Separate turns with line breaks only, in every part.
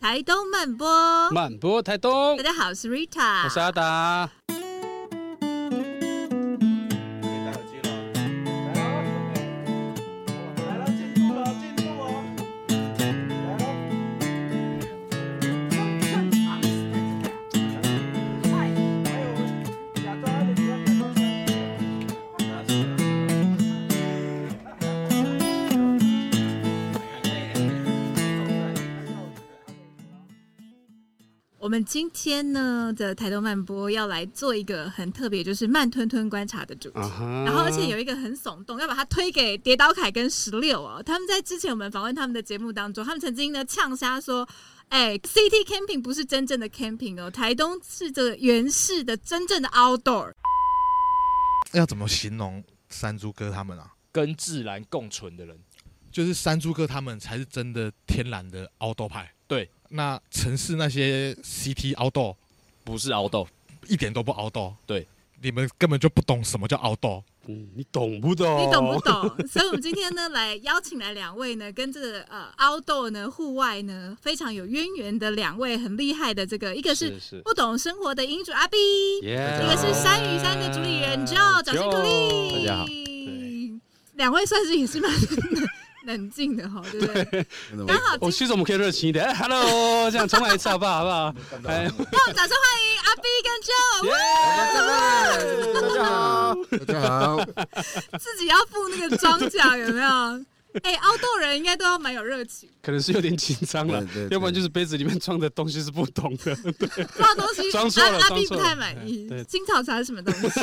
台东慢播。
慢播台东
大，家好，我是 Rita，
我是阿达。
我们今天呢的台东慢播要来做一个很特别，就是慢吞吞观察的主题。
啊哈
然后，而且有一个很耸动，要把它推给跌倒凯跟十六哦。他们在之前我们访问他们的节目当中，他们曾经呢呛瞎说：“哎、c i t y camping 不是真正的 camping 哦，台东是这个原始的真正的 outdoor。
要怎么形容山猪哥他们啊？
跟自然共存的人，
就是山猪哥他们才是真的天然的凹豆派。
对，
那城市那些 CT 凹豆
不是熬豆。
一点都不凹豆。
对，
你们根本就不懂什么叫凹豆。
嗯，你懂不懂？
你懂不懂？所以，我们今天呢，来邀请来两位呢，跟这个呃 outdoor 呢、户外呢非常有渊源的两位很厉害的这个，一个是
是是
不懂生活的英主阿 B，
Yeah？
一个是山与山的主理人 Joe，掌声鼓励。
大家好
对，两位算是也是蛮 冷静的哈，对不对？刚好
哦，
今
其实我们可以热情一点。哎，Hello，这样 重来一次好不好？好不好？哎，
让我们掌哦声欢迎阿 B 跟 Joe，
大家好，大家好。
自己要附那个装甲有没有？哎、o u t d o o r 人应该都要蛮有热情，
可能是有点紧张了
对对，对
要不然就是杯子里面装的东西是不同的。
这东西
装错了
阿阿
装
斌
错
不
了哎
太满意
对。
青草茶是什么东 西？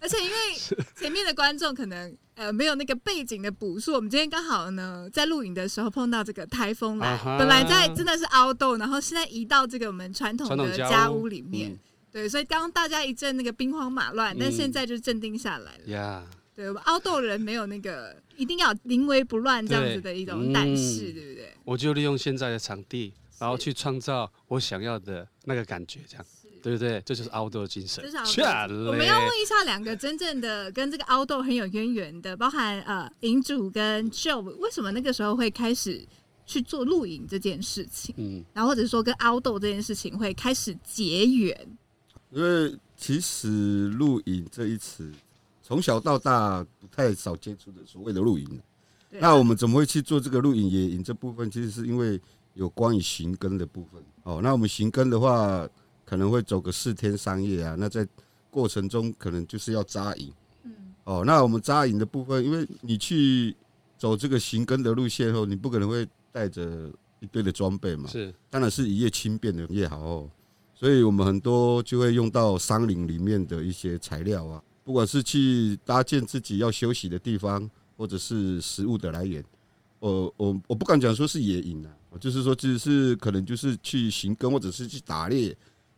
而且因为前面的观众可能呃没有那个背景的补述，我们今天刚好呢在录影的时候碰到这个台风来
啊哈
本来在真的是凹豆，然后现在移到这个我们传统
传统
的
家
家
屋
屋里面
嗯。
对，所以刚刚大家一阵那个兵荒马乱，但
嗯
现在就镇定下来了。
呀，
对，我们凹豆人没有那个一定要临危不乱这样
对
子的一种胆
嗯
识，对不对？
我就利用现在的场地，然后去创造我想要的那个感觉，这样对不对？这就是 outdoor 精神
至少。
啊
下
我们
嘞
要问一下两个真正的跟这个 outdoor 很有渊源的，包含呃银主跟 Joe，为什么那个时候会开始去做露营这件事情，
嗯，
然后或者说跟 outdoor 这件事情会开始结缘？
因为其实露营这一词，从小到大不太少接触的所谓的露营。
对
那我们怎么会去做这个露营野营这部分？其实是因为有关于行耕的部分。哦，那我们行耕的话，可能会走个四天三夜啊。那在过程中，可能就是要扎营。
嗯，
哦，那我们扎营的部分，因为你去走这个行耕的路线后，你不可能会带着一堆的装备嘛。
是
当然是一夜轻便的越好哦。所以我们很多就会用到山林里面的一些材料啊，不管是去搭建自己要休息的地方，或者是食物的来源。我我我不敢讲说是野营啊，就是说只是可能就是去行耕或者是去打猎，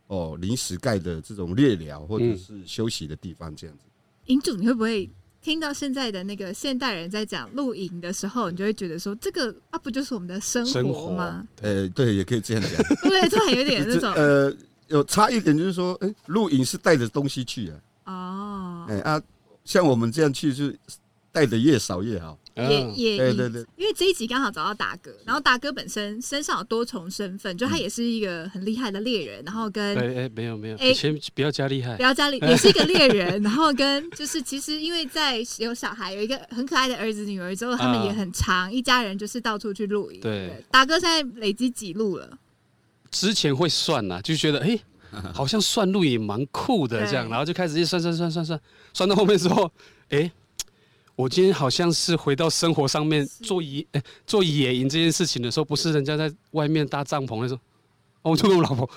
哦，临时盖的这种猎寮或者是休息的地方这样子。
银主你会不会听到现在的那个现代人在讲露营的时候，你就会觉得说这个啊不就是我们的生
生
活
活
吗？。
呃，对，也可以这样讲。
对不对？突然有点 那
这
种
呃，有差一点就是说，哎、露营是带着东西去啊，
哦，
哎、啊，像我们这样去是带的越少越好。
也
嗯，
也
对对对，
因为这一集刚好找到达哥，然后达哥本身身上有多重身份，
嗯
就他也是一个很厉害的猎人，然后跟
哎哎，没有没有，
哎
先不要加厉害
不。要家里也是一个猎人，然后跟就是其实因为在有小孩有一个很可爱的儿子女儿之后，他们
啊
也很长一家人就是到处去露营。
对
不，达哥现在累积几路了？
之前会算啦，就觉得哎、诶好像算路也蛮酷的这样，
对
然后就开始一算算算算算，算到后面之 后，哎、我今天好像是回到生活上面做野、诶做野营这件事情的时候，不是人家在外面搭帐篷的时候，哦我就跟我老婆，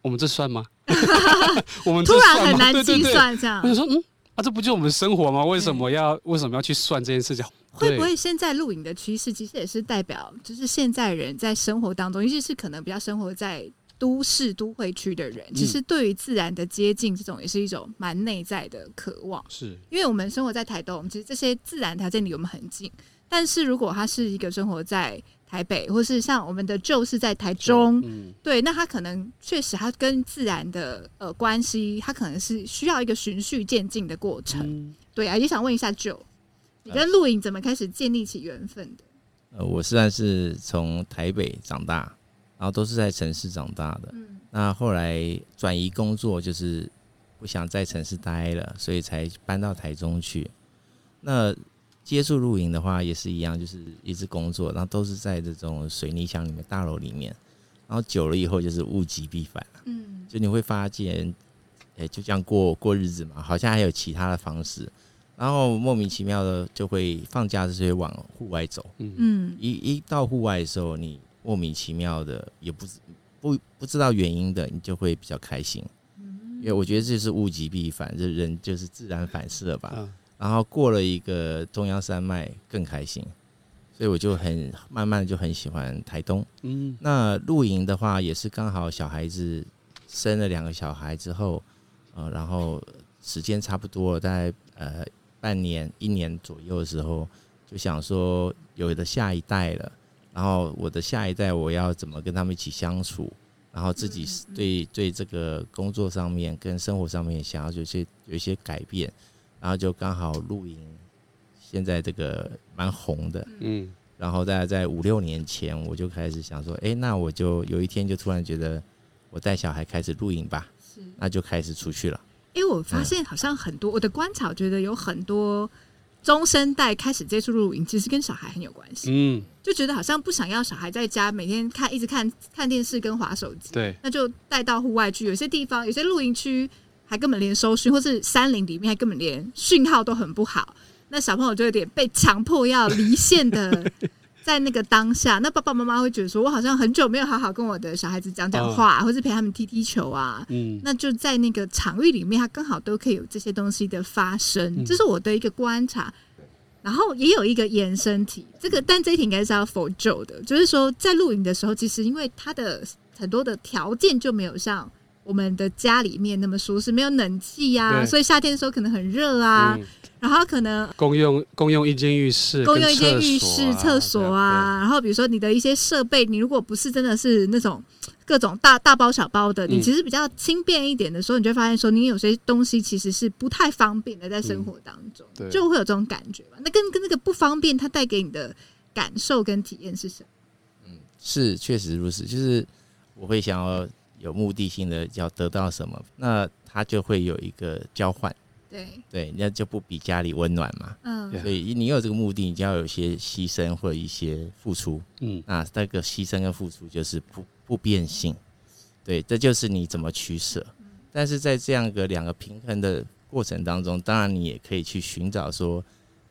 我们这 算吗？ 我嗯们这
突然
算
很
吗？
难
对对
计
对，
算这样
我，想说，嗯，啊，这不就是我们的生活吗？为什么要为什么要去算这件事情？
会不会现在露营的趋势其实也是代表就是现在人在生活当中，尤其是可能比较生活在都市都会区的人，其实对于自然的接近这种也是一种蛮内在的渴望。
是
因为我们生活在台东，其实这些自然条件离我们很近。但是如果他是一个生活在台北，或是像我们的旧是在台中，
嗯，
对，那他可能确实他跟自然的呃关系，他可能是需要一个循序渐进的过程。对啊，也想问一下旧，你跟露营怎么开始建立起缘分的？
呃，我虽然是从台北长大，然后都是在城市长大的。
嗯，
那后来转移工作，就是不想在城市待了，所以才搬到台中去。那接触露营的话也是一样，就是一直工作，然后都是在这种水泥墙里面、大楼里面，然后久了以后就是物极必反，
嗯，
就你会发现，哎、就这样过过日子嘛，好像还有其他的方式。然后莫名其妙的就会放假的时候会往户外走，
嗯，
嗯，
一一到户外的时候，你莫名其妙的也不知不不知道原因的，你就会比较开心。因为我觉得这是物极必反，这人就是自然反射吧。
啊，
然后过了一个中央山脉更开心，所以我就很慢慢地就很喜欢台东。
嗯，
那露营的话，也是刚好小孩子生了两个小孩之后，呃，然后时间差不多了，大概呃半年、一年左右的时候，就想说有的下一代了，然后我的下一代我要怎么跟他们一起相处，然后自己是对对这个工作上面跟生活上面想要有些有一些改变，然后就刚好露营，现在这个蛮红的，
嗯，
然后大概在五六年前，我就开始想说，哎，那我就有一天就突然觉得，我带小孩开始露营吧，
是。
那就开始出去了。
因为我发现好像很多、我的观察，我觉得有很多中生代开始接触露营，其实跟小孩很有关系，
嗯，
就觉得好像不想要小孩在家每天看一直看看电视跟划手机，
对，
那就带到户外去。有些地方，有些露营区还根本连收讯，或是山林里面还根本连讯号都很不好，那小朋友就有点被强迫要离线的。在那个当下，那爸爸妈妈会觉得说，我好像很久没有好好跟我的小孩子讲讲话，啊或是陪他们踢踢球啊，
嗯，
那就在那个场域里面，它刚好都可以有这些东西的发生，
嗯
这是我的一个观察。然后也有一个延伸题，这
嗯
个但这一题应该是要否 Joe 的，就是说在露营的时候，其实因为它的很多的条件就没有像我们的家里面那么舒适，没有冷气呀、
对
所以夏天的时候可能很热啊，
嗯
然后可能
公用公用一间浴室，
公用一间浴室、厕所
所啊
啊，然后比如说你的一些设备，你如果不是真的是那种各种大大包小包的，你
嗯
其实比较轻便一点的时候，你就会发现说，你有些东西其实是不太方便的，在生活当中，
对
就会有这种感觉嘛。那跟跟那个不方便，它带给你的感受跟体验是什么？
是，确实如此，就是我会想要有目的性的要得到什么，那他就会有一个交换，
对，
对，那就不比家里温暖嘛。
嗯
Yeah
所以你有这个目的，你就要有一些牺牲或者一些付出。
嗯
那那个牺牲跟付出就是不不变性，对，这就是你怎么取舍。但是在这样一个两个平衡的过程当中，当然你也可以去寻找说，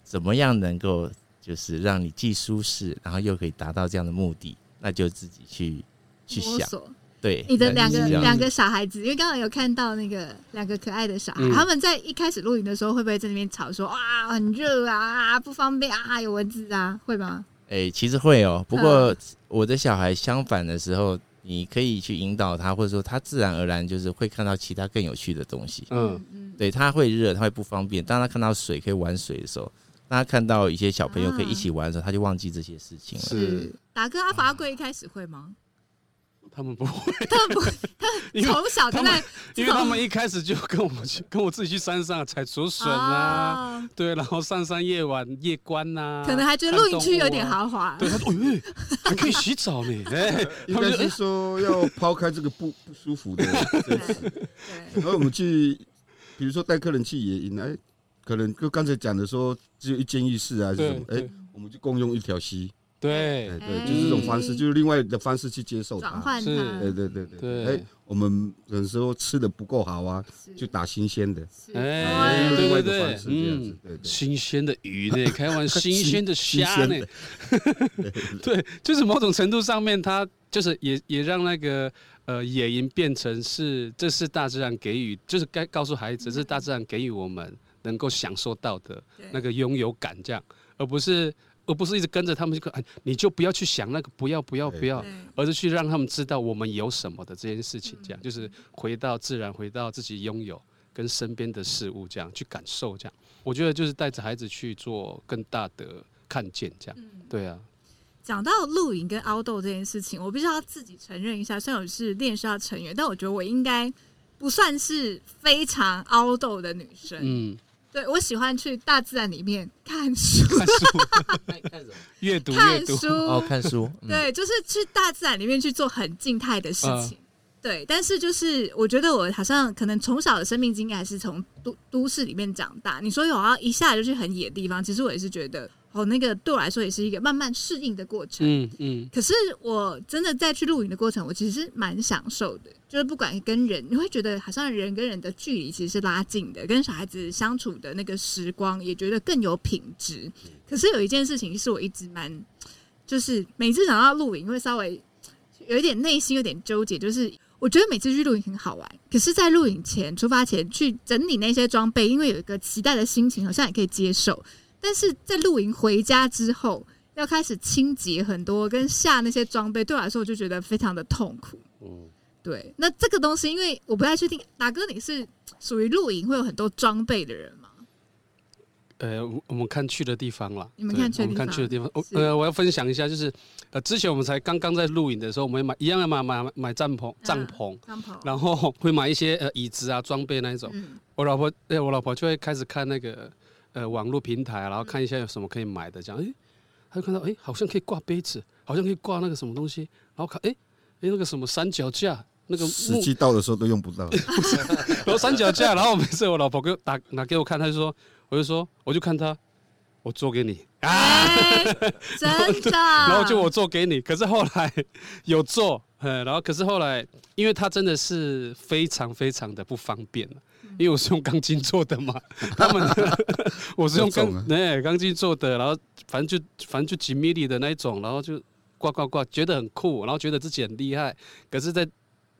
怎么样能够就是让你既舒适，然后又可以达到这样的目的，那就自己去去
摸
想。
索。
对，
你的
那
两
就是
个
这样
两
子
个小孩子，因为刚刚有看到那个两个可爱的小孩，
嗯
他们在一开始露营的时候，会不会在那边吵说啊很热啊不方便啊有蚊子啊会吗？
哎、其实会哦。不过我的小孩相反的时候，你可以去引导他，或者说他自然而然就是会看到其他更有趣的东西。
嗯，
嗯，
对，他会热，他会不方便。当他看到水可以玩水的时候，当他看到一些小朋友可以一起玩的时候，他就忘记这些事
嗯
情了。
是
达哥阿法阿贵一开始会 吗？
他们不 会，
他们不，
因为
从小就
他
在
们因为他们一开始就跟我去跟我自己去山上采竹笋啊，
哦
对，然后上山夜晚夜观呐，
可能还觉得
看
露营区
动物
有点
啊
豪华。
对，他说：“哎、哎还可以洗澡呢。”哎，
应
他
该
们就是
说要抛开这个不不舒服 的这一词，
对
然后我们去，比如说带客人去野营，哎，可能就刚才讲的说只有一间浴室啊，还是什
对
么，哎，我们就共用一条溪， 哎，
对
对，就是这种方式，就是另外的方式去接受
转
它。
换
对
它
是
对对对，
对
哎，我们有时候吃的不够好啊，
是
就打新鲜的，
是
哎
哎，
哎
对
另外一
对
个方式这样子
嗯，
对对。
新鲜的鱼呢，开 玩新鲜的虾呢，
对
对，就是某种程度上面，它就是也也让那个呃野营变成是，这是大自然给予，就是该告诉孩子，这是大自然给予我们能够享受到的那个拥有感，这样，而不是而不是一直跟着他们去看，哎你就不要去想那个不要不要不要
对，
而是去让他们知道我们有什么的这件事情，这样就是回到自然，回到自己拥有跟身边的事物，这样去感受，这样我觉得就是带着孩子去做更大的看见，这样，对啊，
讲到露营跟 outdoor 这件事情，我必须要自己承认一下，虽然我是练习校成员，但我觉得我应该不算是非常 outdoor 的女生。
嗯
对我喜欢去大自然里面看书，
看书，
看看什么？
阅读，阅
看
读。
书，
哦，看书。嗯，
对，就是去大自然里面去做很静态的事情。对，但是就是我觉得我好像可能从小的生命经验还是从都都市里面长大。你说有要一下就去很野的地方，其实我也是觉得哦，那个对我来说也是一个慢慢适应的过程。
嗯嗯，
可是我真的在去露营的过程，我其实蛮享受的，就是不管跟人，你会觉得好像人跟人的距离其实是拉近的，跟小孩子相处的那个时光也觉得更有品质。可是有一件事情是我一直蛮，就是每次想到露营会稍微有一点内心有点纠结，就是。我觉得每次去露营很好玩，可是，在露营前、出发前去整理那些装备，因为有一个期待的心情，好像也可以接受。但是在露营回家之后，要开始清洁很多跟下那些装备，对我来说我就觉得非常的痛苦。
嗯，
对，那这个东西，因为我不太确定，达哥你是属于露营会有很多装备的人吗？
呃，我我们看去的地方啦，
你们
对
看去的
我们
地
看去的地方。哦
是
呃，我要分享一下，就是呃，之前我们才刚刚在露营的时候，我们买一样要买买买帐篷，帐篷，
帐篷，
然后会买一些呃椅子啊、装备那一种。
嗯，
我老婆，对我老婆就会开始看那个呃网络平台、啊，然后看一下有什么可以买的，这样，诶，她就看到，诶，好像可以挂杯子，好像可以挂那个什么东西，然后看，诶，诶，那个什么三脚架，那个
时
木，
机到的时候都用不 到。
然后三脚架，然后每次我老婆给我打拿给我看，她就说，我就说，我就看她，我做给你啊，
哎，真的，
然后就我做给你，可是后来有做， 呃，然后可是后来，因为它真的是非常非常的不方便啊因为我是用钢筋做的嘛， 他们我是用
有重 啊
钢哎钢筋做的，然后反正就反正就几米里的那一种，然后就挂挂挂，觉得很酷，然后觉得自己很厉害，可是，在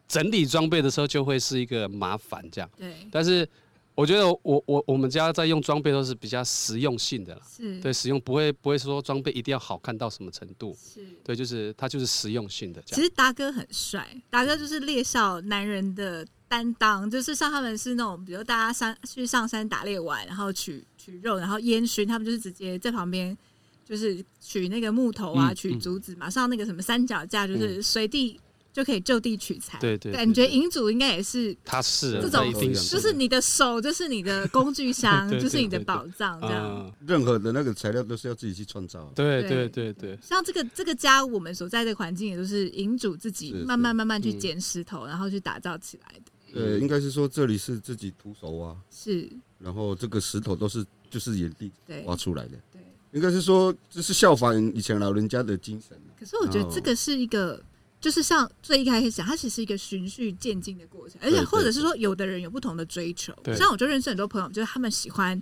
整理装备的时候就会是一个麻烦这样，
对
但是我觉得我我我们家在用装备都是比较实用性的啦。
是，
对，使用不会不会说装备一定要好看到什么程度，
是。
对，就是它就是实用性的这
其
样。
实达哥很帅，达哥就是猎校男人的担当，就是像他们是那种，比如大家山去上山打猎玩，然后取取肉，然后烟熏，他们就是直接在旁边就是取那个木头啊，
嗯
取
嗯
竹子，马上那个什么三脚架，就是随地就可以就地取材。
对对对
感觉
对
银主应该也是。
它是啊
这
它
种
一定
是
就是你的手，就是你的工具箱，
对对
就是你的
对对
宝藏，这样。
嗯，
任何的那个材料都是要自己去创造的。
对
对
对对对，
像这个这个家，我们所在的环境，也就是银主自己
是
慢慢
是
慢慢去
嗯
捡石头，然后去打造起来的。
呃，应该是说这里是自己徒手挖，
是，
然后这个石头都是就是原地
对
挖出来的。
对。
应该是说这是效仿以前老人家的精神啊、
可是我觉得这个是一个，就是像最一开始讲，它其实是一个循序渐进的过程，而且
对
或者是说，有的人有不同的追求。
对
像我就认识很多朋友，就是他们喜欢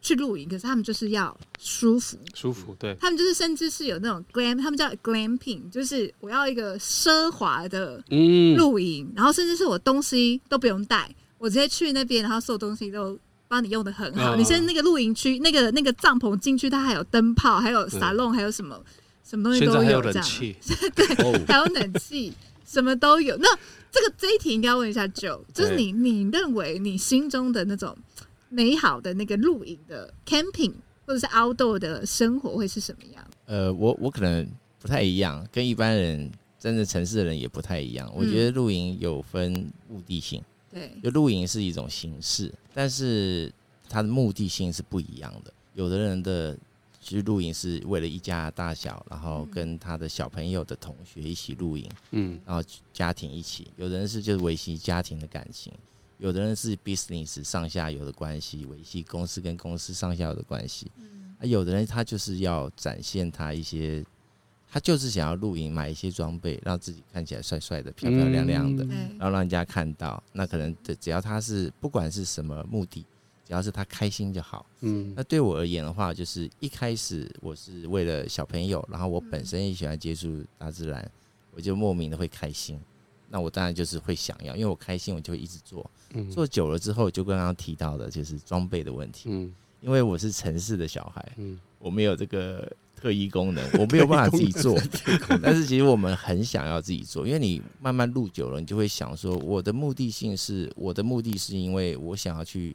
去露营，可是他们就是要舒服，
舒服，对，
他们就是甚至是有那种 glam，他们叫 glamping，就是我要一个奢华的
嗯，
露营，然后甚至是我东西都不用带，我直接去那边，然后所有东西都。帮你用的很好，
嗯
你现在那个露营区，那个那个帐篷进去，它还有灯泡，还有沙龙，还有什么什么东西
现
都
在还有
这
冷
样。
气，
还有冷气，什么都有。那这个这一题应该问一下 Joe，就是你你认为你心中的那种美好的那个露营的 camping 或者是 outdoor 的生活会是什么样？
呃，我我可能不太一样，跟一般人真的城市的人也不太一样。我觉得露营有分目的性，
对，
就露营是一种形式，但是它的目的性是不一样的。有的人的去露营是为了一家大小，然后跟他的小朋友的同学一起露营，
嗯，
然后家庭一起；有的人是就是维系家庭的感情，有的人是 business 上下游的关系，维系公司跟公司上下游的关系。啊，有的人他就是要展现他一些，他就是想要露营，买一些装备，让自己看起来帅帅的、漂漂亮亮的，
嗯
对
然后让人家看到。那可能只只要他是不管是什么目的，只要是他开心就好。
嗯
那对我而言的话，就是一开始我是为了小朋友，然后我
嗯
本身也喜欢接触大自然，我就莫名的会开心。那我当然就是会想要，因为我开心，我就会一直做。
嗯
做久了之后，就跟刚刚提到的，就是装备的问题。
嗯
因为我是城市的小孩，
嗯，
我没有这个特异功能，我没有办法自己 做。 但是其实我们很想要自己做，因为你慢慢录久了，你就会想说，我的目的性是我的目的是因为我想要去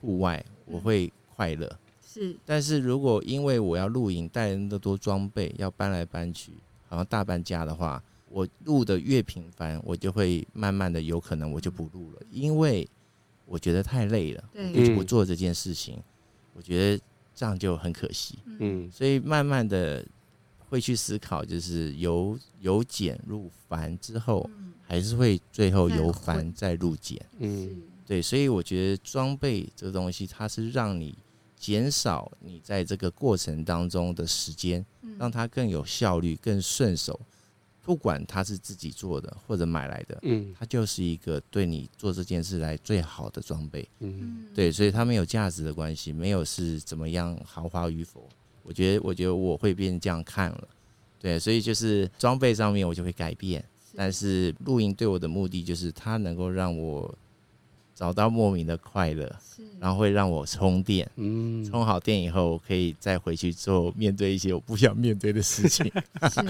户外，
嗯
我会快乐。
是
但是如果因为我要露营，带那么多装备，要搬来搬去，好像大搬家的话，我录的越频繁，我就会慢慢的有可能我就不录了，因为我觉得太累了，
对
我就不做这件事情。我觉得这样就很可惜。
嗯
所以慢慢的会去思考，就是由由简入繁之后，
嗯，
还是会最后
再
由
回
繁再入简。
嗯
对，所以我觉得装备这个东西，它是让你减少你在这个过程当中的时间，让它更有效率、更顺手。不管它是自己做的或者买来的，
嗯
它就是一个对你做这件事来最好的装备。
嗯
对，所以它没有价值的关系，没有是怎么样豪华与否。我觉得，我觉得我会变这样看了。对，所以就是装备上面我就会改变，但是露营对我的目的就是它能够让我找到莫名的快乐，然后会让我充电，
嗯，
充好电以后可以再回去做面对一些我不想面对的事情。
是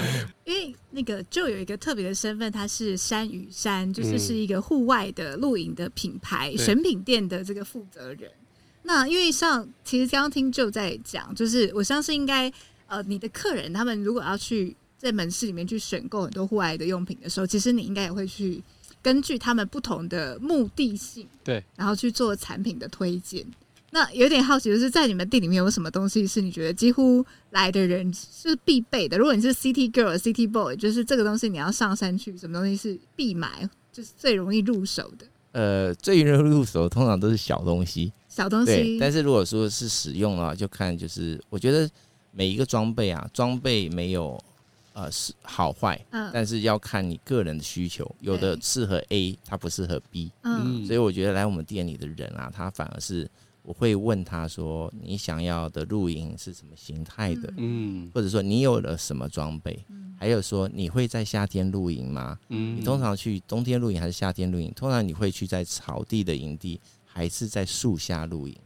因为那个就有一个特别的身份，它是山与山，就是
嗯
是一个户外的露营的品牌、
对
选品店的这个负责人。那因为像其实刚刚听就在讲，就是我相信应该呃你的客人他们如果要去在门市里面去选购很多户外的用品的时候，其实你应该也会去根据他们不同的目的性，
对，
然后去做产品的推荐。那有点好奇，就是在你们店里面有什么东西是你觉得几乎来的人是必备的？如果你是 City Girl、City Boy，就是这个东西你要上山去，什么东西是必买，就是最容易入手的
呃，最容易入手通常都是小东西，
小东
对，
西。
但是如果说是使用的话，就看就是我觉得每一个装备啊，装备没有呃是好坏，
嗯
但是要看你个人的需求，有的
对
适合 A，它不适合 B，
嗯
所以我觉得来我们店里的人啊，他反而是我会问他说你想要的露营是什么形态的，
嗯
或者说你有了什么装备，还有说你会在夏天露营吗？
嗯
你通常去冬天露营还是夏天露营？通常你会去在草地的营地，还是在树下露营？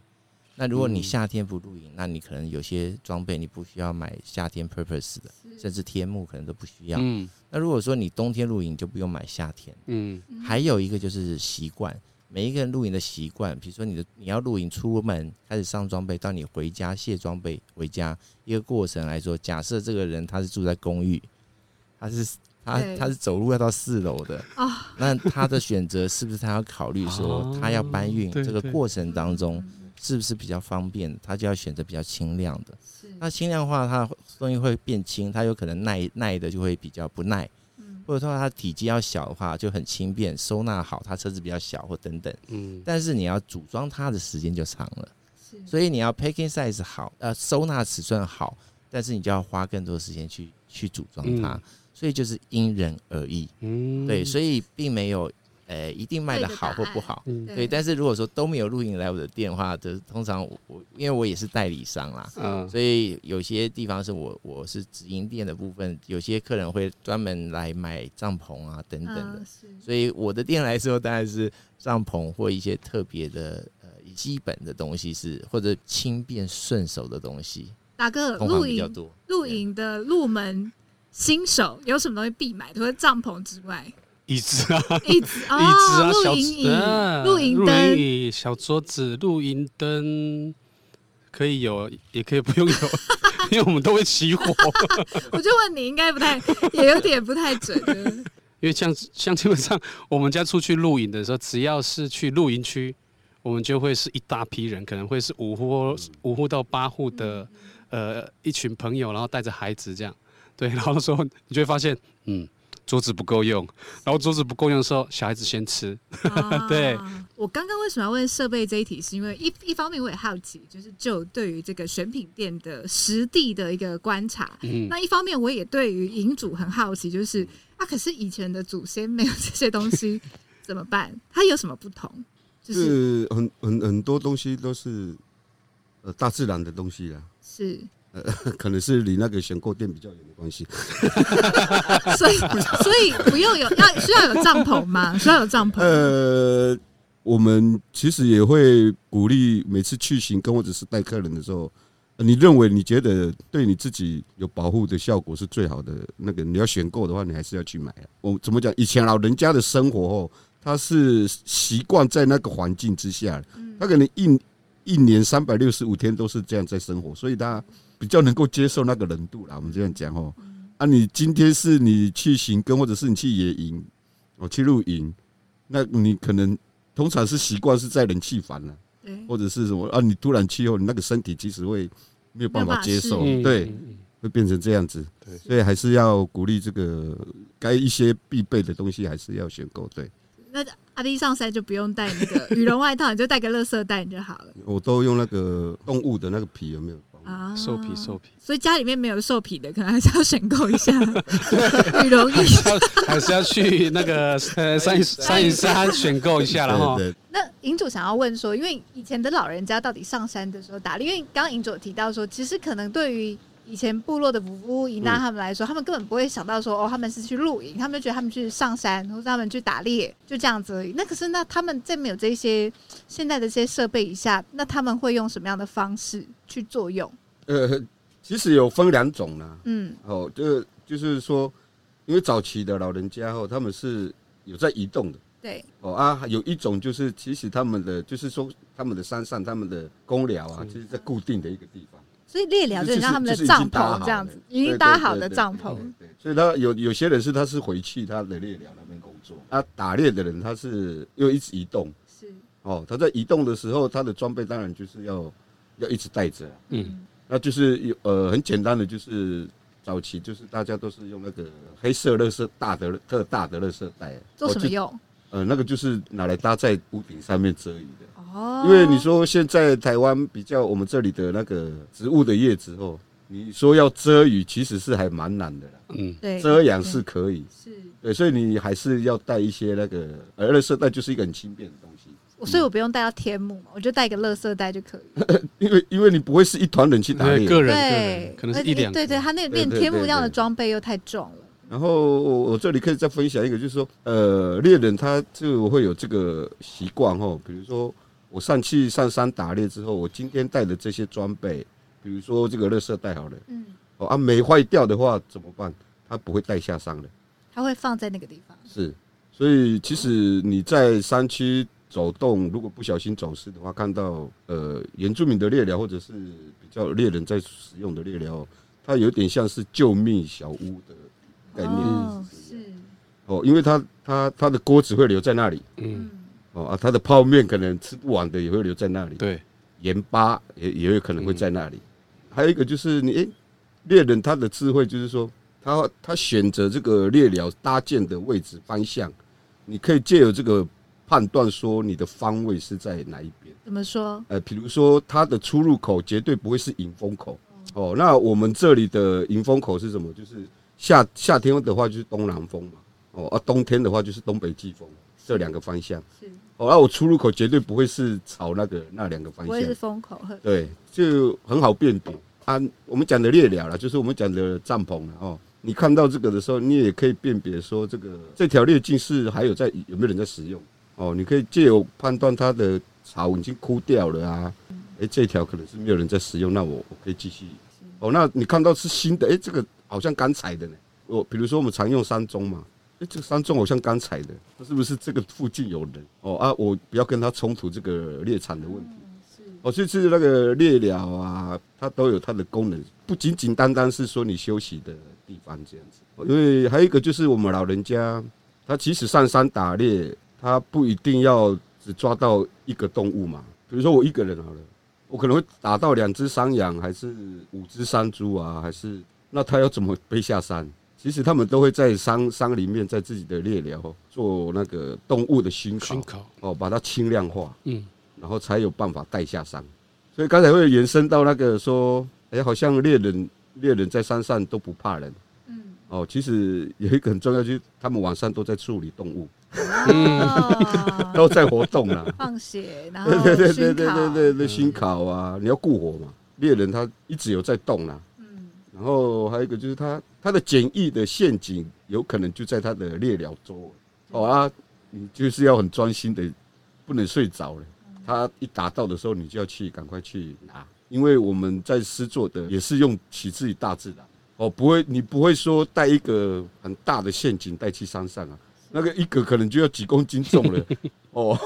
那如果你
嗯
夏天不露营，那你可能有些装备你不需要买夏天 purpose 的，甚至天幕可能都不需要。
嗯
那如果说你冬天露营，就不用买夏天。
嗯
还有一个就是习惯，每一个人露营的习惯，比如说你的你要露营出门开始上装备，到你回家卸装备回家一个过程来说，假设这个人他是住在公寓，他是他
对
他是走路要到四楼的，
啊，
那他的选择是不是他要考虑说
哦
他要搬运
对
这个
对
过程当中是不是比较方便，他就要选择比较轻量的。
是
那轻量化，它东西会变轻，它有可能耐耐的就会比较不耐，或者说它体积要小的话就很轻便，收纳好，它车子比较小或等等。
嗯
但是你要组装它的时间就长了，
是
所以你要 packing size 好，呃，收纳尺寸好，但是你就要花更多时间去去组装它，
嗯
所以就是因人而异。
嗯，
对，所以并没有呃一定卖的
对的
好或
答案
不好。
以
对
对，但是如果说都没有露营来我的店的话，就是通常我我因为我也是代理商啦，
嗯
所以有些地方是我我是直营店的部分，有些客人会专门来买帐篷啊等等的
嗯。是
所以我的店来说，当然是帐篷或一些特别的呃基本的东西是或者轻便顺手的东西，
大哥
通常
呃露
比较
营
多。
露营的入门新手有什么东西必买？除了帐篷之外，
椅子啊，
椅子
椅子
哦，
啊，
露
小
营椅
嗯
啊、、
露营灯，
椅、小桌子、露营灯，可以有，也可以不用有， 因为我们都会起火。
我就问你，应该不太，也有点不太准的。
因为像像基本上我们家出去露营的时候，只要是去露营区，我们就会是一大批人，可能会是五户或五户到八户的呃一群朋友，然后带着孩子这样。对，然后的时候你就会发现，嗯，桌子不够用，然后桌子不够用的时候，小孩子先吃。
啊
对，
我刚刚为什么要问设备这一题，是因为一一方面我也好奇，就是就对于这个选品店的实地的一个观察，
嗯
那一方面我也对于营主很好奇，就是啊，可是以前的祖先没有这些东西怎么办？它有什么不同？
嗯
就是
是很很很多东西都是呃大自然的东西啦，
是，
可能是离那个选购店比较远的关系。
所以所以不用有要需要有帐篷 吗？需要有帐篷？
呃，我们其实也会鼓励每次去行跟或者是带客人的时候，呃你认为你觉得对你自己有保护的效果是最好的那个，你要选购的话，你还是要去买啊。我怎么讲？以前老人家的生活哦，他是习惯在那个环境之下，他可能一一年三百六十五天都是这样在生活，所以他比较能够接受那个冷度啦。我们这样讲哦。啊，你今天是你去行耕，或者是你去野营，哦，去露营，那你可能通常是习惯是在冷气房了、
对，
或者是什么啊，你突然去后，你那个身体其实会没有办法接受，
没
嗯，
对，
嗯，嗯
会变成这样子。
对
所以还是要鼓励这个该一些必备的东西还是要选购。对
那阿 B 上山就不用带那个羽绒外套，你就带个垃圾袋就好 了
我都用那个动物的那个皮，有没有？
啊。
兽皮兽皮，
所以家里面没有兽皮的，可能还是要选购一下羽绒衣。
要还是要去那 个呃三一三一三选购一下，然后
对对
那银主想要问说，因为以前的老人家到底上山的时候打猎？因为刚刚银主有提到说，其实可能对于以前部落的五姑姨
嗯
娜他们来说，他们根本不会想到说哦，他们是去露营，他们就觉得他们去上山，或者他们去打猎，就这样子而已。那可是那他们在没有这些现在的这些设备以下，那他们会用什么样的方式去作用？
呃，其实有分两种啦。
嗯，
哦，这就是说，因为早期的老人家哦，他们是有在移动的。
对，
哦啊，有一种就是，其实他们的就是说，他们的山上、他们的公寮啊，
嗯
就是在固定的一个地方，
所以猎寮就
就是
很像他们的帐篷这样子，已经搭好的帐篷。
对，所以他有有些人是他是回去他的猎寮那边工作，啊，打猎的人他是又一直移动
是，
哦，他在移动的时候，他的装备当然就是要要一直带着啊、
嗯，
那就是有呃很简单的，就是早期就是大家都是用那个黑色垃圾大的特大的垃圾袋，
做什么
哦就
用？
呃，那个就是拿来搭在屋顶上面遮雨的。
哦，
因为你说现在台湾比较我们这里的那个植物的叶子哦，你说要遮雨其实是还蛮难的啦，
嗯，
对
遮阳是可以，
是。
对，所以你还是要带一些那个，呃，垃圾袋就是一个很轻便的东西，
我所以我不用带到天幕嘛，我就带一个垃圾袋就可以。
因为因为你不会是一团人去打
对
猎，
个人个
对
人，可能是
而且
一两个，
对对，他那个
对
练
对
天幕
对
那样的
对
装备又太重了。
然后我我这里可以再分享一个，就是说，呃，猎人他就会有这个习惯哦，比如说我上去上山打猎之后，我今天带的这些装备，比如说这个垃圾袋好了，
嗯，
哦啊没坏掉的话怎么办？他不会带下山的。
他会放在那个地方。
是，所以其实你在山区走动，如果不小心走失的话，看到呃原住民的猎寮或者是比较猎人在使用的猎寮，它有点像是救命小屋的概念
哦，是，
哦因为它它它的锅子会留在那里
嗯，
嗯，
哦啊，它的泡面可能吃不完的也会留在那里，
对，
盐巴也也有可能会在那里。还有一个就是你诶猎、人他的智慧就是说，他他选择这个猎寮搭建的位置方向，你可以借由这个判断说你的方位是在哪一边。
怎么说？
呃，比如说它的出入口绝对不会是迎风口哦。那我们这里的迎风口是什么？就是夏夏天的话就是东南风嘛，哦啊，冬天的话就是东北季风，这两个方向。
是
哦，那、我出入口绝对不会是朝那个那两个方
不
向
会。是风口呵？
对，就很好辨别啊。我们讲的猎鸟了，就是我们讲的帐篷了哦。你看到这个的时候，你也可以辨别说这个这条猎径是还有在有没有人在使用哦。你可以借由判断它的草已经枯掉了啊，诶，这条可能是没有人在使用，那我我可以继续哦。那你看到是新的，诶，这个好像刚采的呢。我比如说我们常用山钟嘛，诶，这个山钟好像刚采的，那是不是这个附近有人哦啊？我不要跟他冲突这个猎场的问题。哦，这次那个猎鸟啊，它都有它的功能，不仅仅单单是说你休息的地方这样子。哦因为还有一个就是我们老人家，他即使上山打猎，他不一定要只抓到一个动物嘛。比如说我一个人好了，我可能会打到两只山羊，还是五只山猪啊，还是那他要怎么背下山？其实他们都会在山山里面，在自己的猎寮做那个动物的熏烤
熏，烤，
哦，把它轻量化。
嗯，
然后才有办法带下山。所以刚才会延伸到那个说，哎、好像猎人猎人在山上都不怕人
嗯，
哦。其实有一个很重要，就是他们晚上都在处理动物，嗯
哦，
都在活动啊啦。
放血，然后
对对对对
熏
对
烤，
对对对，熏烤啊，你要顾火嘛。猎人他一直有在动啦、
嗯，
然后还有一个就是他他的简易的陷阱有可能就在他的猎鸟周围
嗯
哦啊，你就是要很专心的，不能睡着了。
嗯
他一打到的时候，你就要去赶快去拿，因为我们在诗作的也是用取自于大自然哦，不会你不会说带一个很大的陷阱带去山上啊，那个一个可能就要几公斤重 了哦。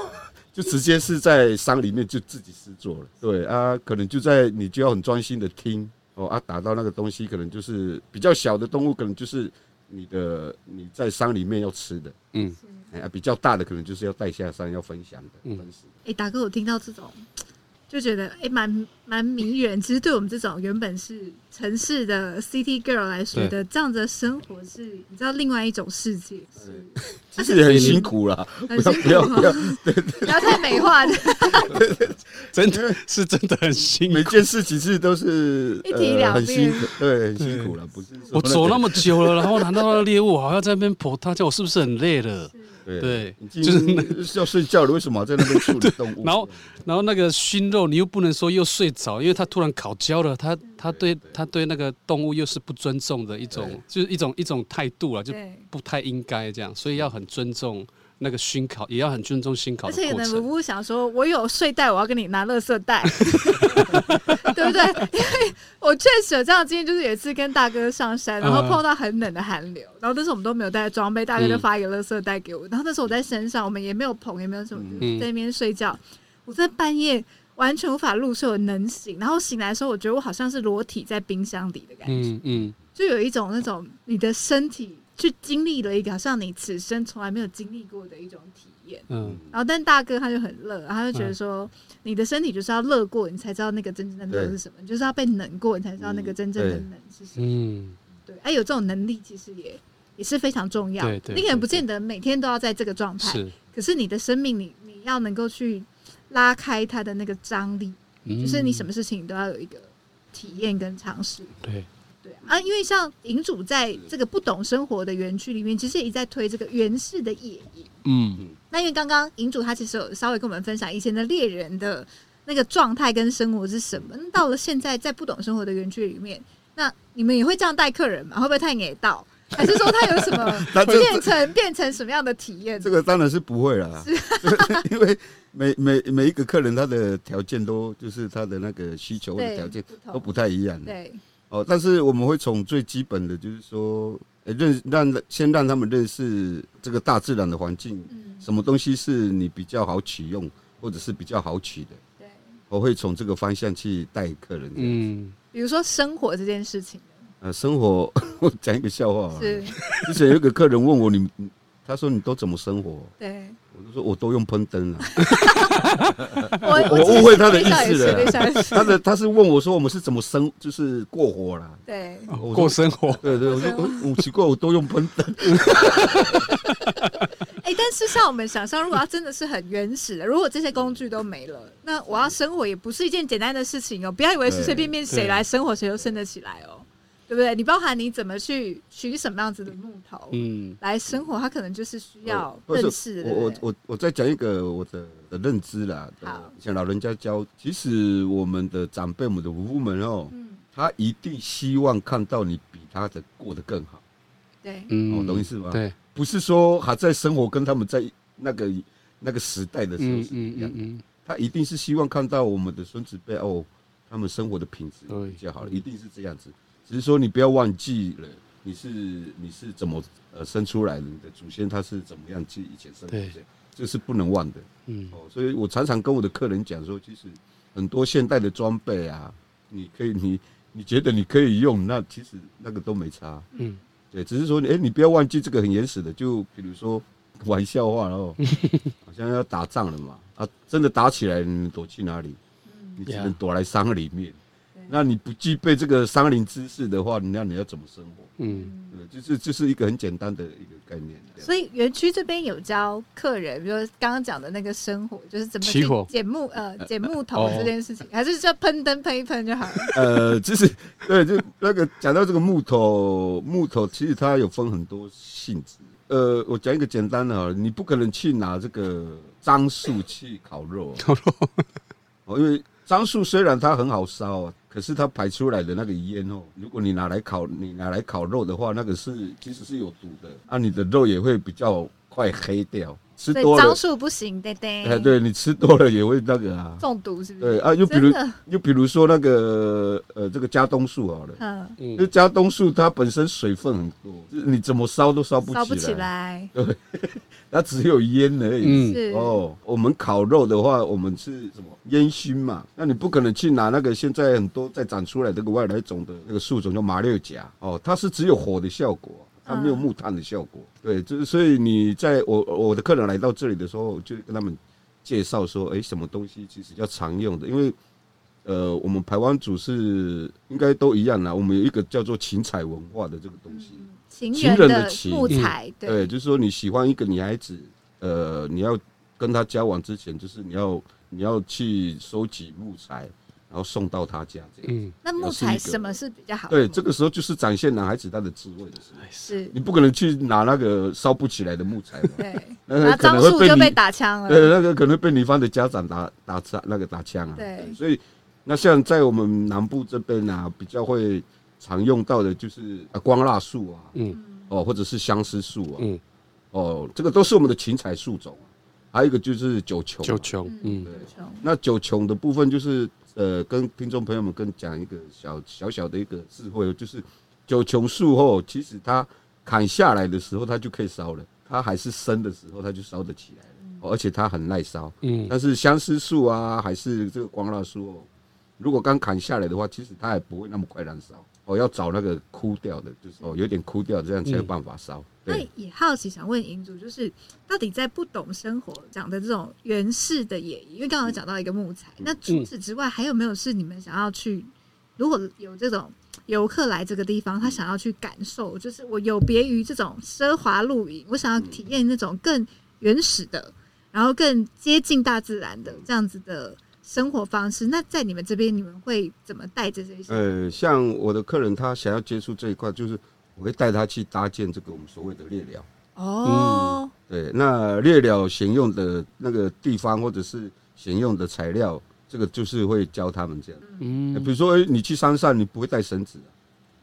就直接是在山里面就自己试做了，对啊，可能就在你就要很专心的听哦啊，打到那个东西可能就是比较小的动物，可能就是你的你在山里面要吃的，
嗯，
哎、啊，比较大的可能就是要带下山要分享的，
嗯
分食
哎，达哥，我听到这种就觉得哎，蛮蛮迷人。其实对我们这种原本是城市的 City Girl 来说的，这样子的生活是，你知道另外一种世界，
其实也很辛苦啦，
很辛
不要
苦
不要
哈，不要太美化，
真的是真的很辛苦
每。件事情是都是呃
一体两面
很辛苦，对，很辛苦了，不是说
我走那
么
么久了，然后拿到那个猎物，好像在那边跑，他叫我是不是很累了？对
已
就
经是要睡觉了，为什么还在那 边处理动物？
然后然后那个熏肉，你又不能说又睡着，因为他突然烤焦了，他他对他对那个动物又是不尊重的一种，就是一种一种态度啊了，就
对。
不太应该这样，所以要很尊重那个熏烤，也要很尊重熏烤
而
的
且
过
呢，我
程。
不想说，我有睡袋，我要跟你拿垃圾 袋，对不对？因为我确实有这样的经验，就是有一次跟大哥上山，然后
嗯
碰到很冷的寒流，然后那时候我们都没有带装备，大哥就
嗯
发一个垃圾袋给我，然后那时候我在山上，我们也没有棚，也没有什么，就是
嗯
在那边睡觉。我在半夜完全无法入睡，我能醒，然后醒来的时候，我觉得我好像是裸体在冰箱里的感觉。
嗯嗯，
就有一种那种你的身体去经历了一个好像你此生从来没有经历过的一种体验。
嗯，
然后，但大哥他就很乐，然后他就觉得说，你的身体就是要乐过，你才知道那个真正的乐是什么；你就是要被冷过，你才知道那个真正的冷是什么。
嗯，
对，哎、有这种能力其实也也是非常重要。
对对
你可能
对
不见得每天都要在这个状态，
是，
可是你的生命你，你要能够去拉开它的那个张力，
嗯
就是你什
么
么事情你都要有一个体验跟尝试。
对，
对啊，因为像银主在这个不懂生活的园区里面，其实也一直在推这个原始的野营。
嗯，
那因为刚刚银主他其实有稍微跟我们分享以前的猎人的那个状态跟生活是什么，那到了现在在不懂生活的园区里面，那你们也会这样带客人吗？会不会太给到？还是说他有什 么
那 这
变成变成什么样的体验？
这个当然是不会啦， 因为每每每一个客人他的条件都就是他的那个需求或者
对
条件
不
都
同
不太一样。
对
哦，但是我们会从最基本的，就是说，呃认让先让他们认识这个大自然的环境，
嗯
什么东西是你比较好取用，或者是比较好取的，
对，
我会从这个方向去带客人。嗯，
嗯，
比如说生活这件事情
呃，生活， 我讲一个笑话吧。
是
之前有一个客人问我，你你他说你都怎么生活？
对，
我就说我都用喷灯啊。
我
我
其实
误会他的
等一下
意思
也是
了
等一下也是
他的他是问我说我们是怎么生，就是过活啦。
对。
我
哦过
说
生活，
对嗯对，我说我我奇怪，我都用喷灯。
哎、但是像我们想象，如果要真的是很原始的，如果这些工具都没了，那我要生活也不是一件简单的事情哦。不要以为是随便便谁来生活谁就生得起来哦，对不对？你包含你怎么去取什么样子的木头、
嗯
来生活，它可能就是需要
呃不是
认识的。
我我
对不对
我我再讲一个我的的认知啦呃
好，
像老人家教，其实我们的长辈、我们的夫妇们哦，
嗯，
他一定希望看到你比他的过得更好，
对，
嗯，
哦，懂意思吗？，
对，
不是说还在生活跟他们在那个那个时代的时候
嗯
是
嗯
一样
嗯
的，
嗯，
他一定是希望看到我们的孙子辈哦，他们生活的品质
对
比较好，一定是这样子。只是说你不要忘记了，你是你是怎么呃生出来的，你的祖先他是怎么样去以前生活
对
的，这是不能忘的。
嗯
哦，所以我常常跟我的客人讲说，其实很多现代的装备啊，你可以 你你觉得你可以用，那其实那个都没差。
嗯，
对，只是说你哎、你不要忘记这个很原始的，就比如说玩笑 话哦，好像要打仗了嘛，啊，真的打起来，你能躲去哪里？你只能
嗯 Yeah
躲来山里面。那你不具备这个山林知识的话，那你要怎么生活？
嗯
对，就是就是一个很简单的一个概念。这样
所以园区这边有教客人，比如说刚刚讲的那个生活，就是怎么
起
去
火
捡木呃捡木头
哦
这件事情，还是就喷灯喷一喷就好了。
呃，就是对，就那个讲到这个木头，木头其实它有分很多性质。呃，我讲一个简单的啊，你不可能去拿这个樟树去烤肉，烤肉，哦，因为樟树虽然它很好烧啊，可是它排出来的那个烟哦，如果你拿来烤，你拿来烤肉的话，那个是其实是有毒的，啊，你的肉也会比较快黑掉，吃
所
多
以樟
了，
树不行，对对，
哎，对你吃多了也会那个啊，
中毒是不是？
对啊，又比
真
如
的，
又比如说那个呃，这个加冬树好了。
嗯，
就
嗯，
加冬树，它本身水分很多，你怎么烧都烧不
烧不起
来，
来，
它只有烟而已。
嗯
是
哦，我们烤肉的话，我们是什么烟熏嘛？那你不可能去拿那个现在很多在长出来这个外来种的那个树种叫麻六甲哦，它是只有火的效果，它没有木炭的效果。对，就是所以你在我我的客人来到这里的时候，就跟他们介绍说，哎、什么东西其实要常用的，因为呃，我们排湾组是应该都一样啦，我们有一个叫做芹菜文化的这个东西。
情
情
人
人
的
的情
木
嗯
材，
对，就是说你喜欢一个女孩子，呃，你要跟她交往之前，就是你要你要去收集木材，然后送到她家这样。
嗯，
那木
要是
材
一个
什么是比较好的木？
对，这个时候就是展现男孩子他的智慧的时候。
是
你不可能去拿那个烧不起来的木材嘛，
对，
那
然后
个 可
樟
能
树
会
就被
被你，
打枪啊
对，
了，
那个可能被女方的家长打打枪，那个打枪啊。
对
所以那像在我们南部这边啊，比较会常用到的就是啊光蜡树啊，
嗯
哦，或者是相思树啊，
嗯，
哦，这个都是我们的芹菜树种。啊还有一个就是九穹啊，
九穷，嗯
对
穷
那九穹的部分就是呃，跟听众朋友们跟讲一个小小小的一个智慧，哦就是九穹树后，其实它砍下来的时候，它就可以烧了，它还是生的时候，它就烧得起来了，哦而且它很耐烧。
嗯
但是相思树啊，还是这个光蜡树哦，如果刚砍下来的话，其实它也不会那么快燃烧。哦，要找那个枯掉的，就是哦，有点枯掉，这样才有办法烧。
那
对，
也好奇想问银主，就是到底在不懂生活讲的这种原始的野营，因为刚刚有讲到一个木
嗯
材，那除此之外还有没有是你们想要去？如果有这种游客来这个地方，他想要去感受，就是我有别于这种奢华露营，我想
嗯
要体验那种更原始的，然后更接近大自然的这样子的生活方式。那在你们这边，你们会怎么带着这些？
呃，像我的客人他想要接触这一块，就是我会带他去搭建这个我们所谓的猎寮。
哦，
对，那猎寮选用的那个地方或者是选用的材料，这个就是会教他们这样。哎
嗯
比如说，诶你去山上你不会带绳子、啊，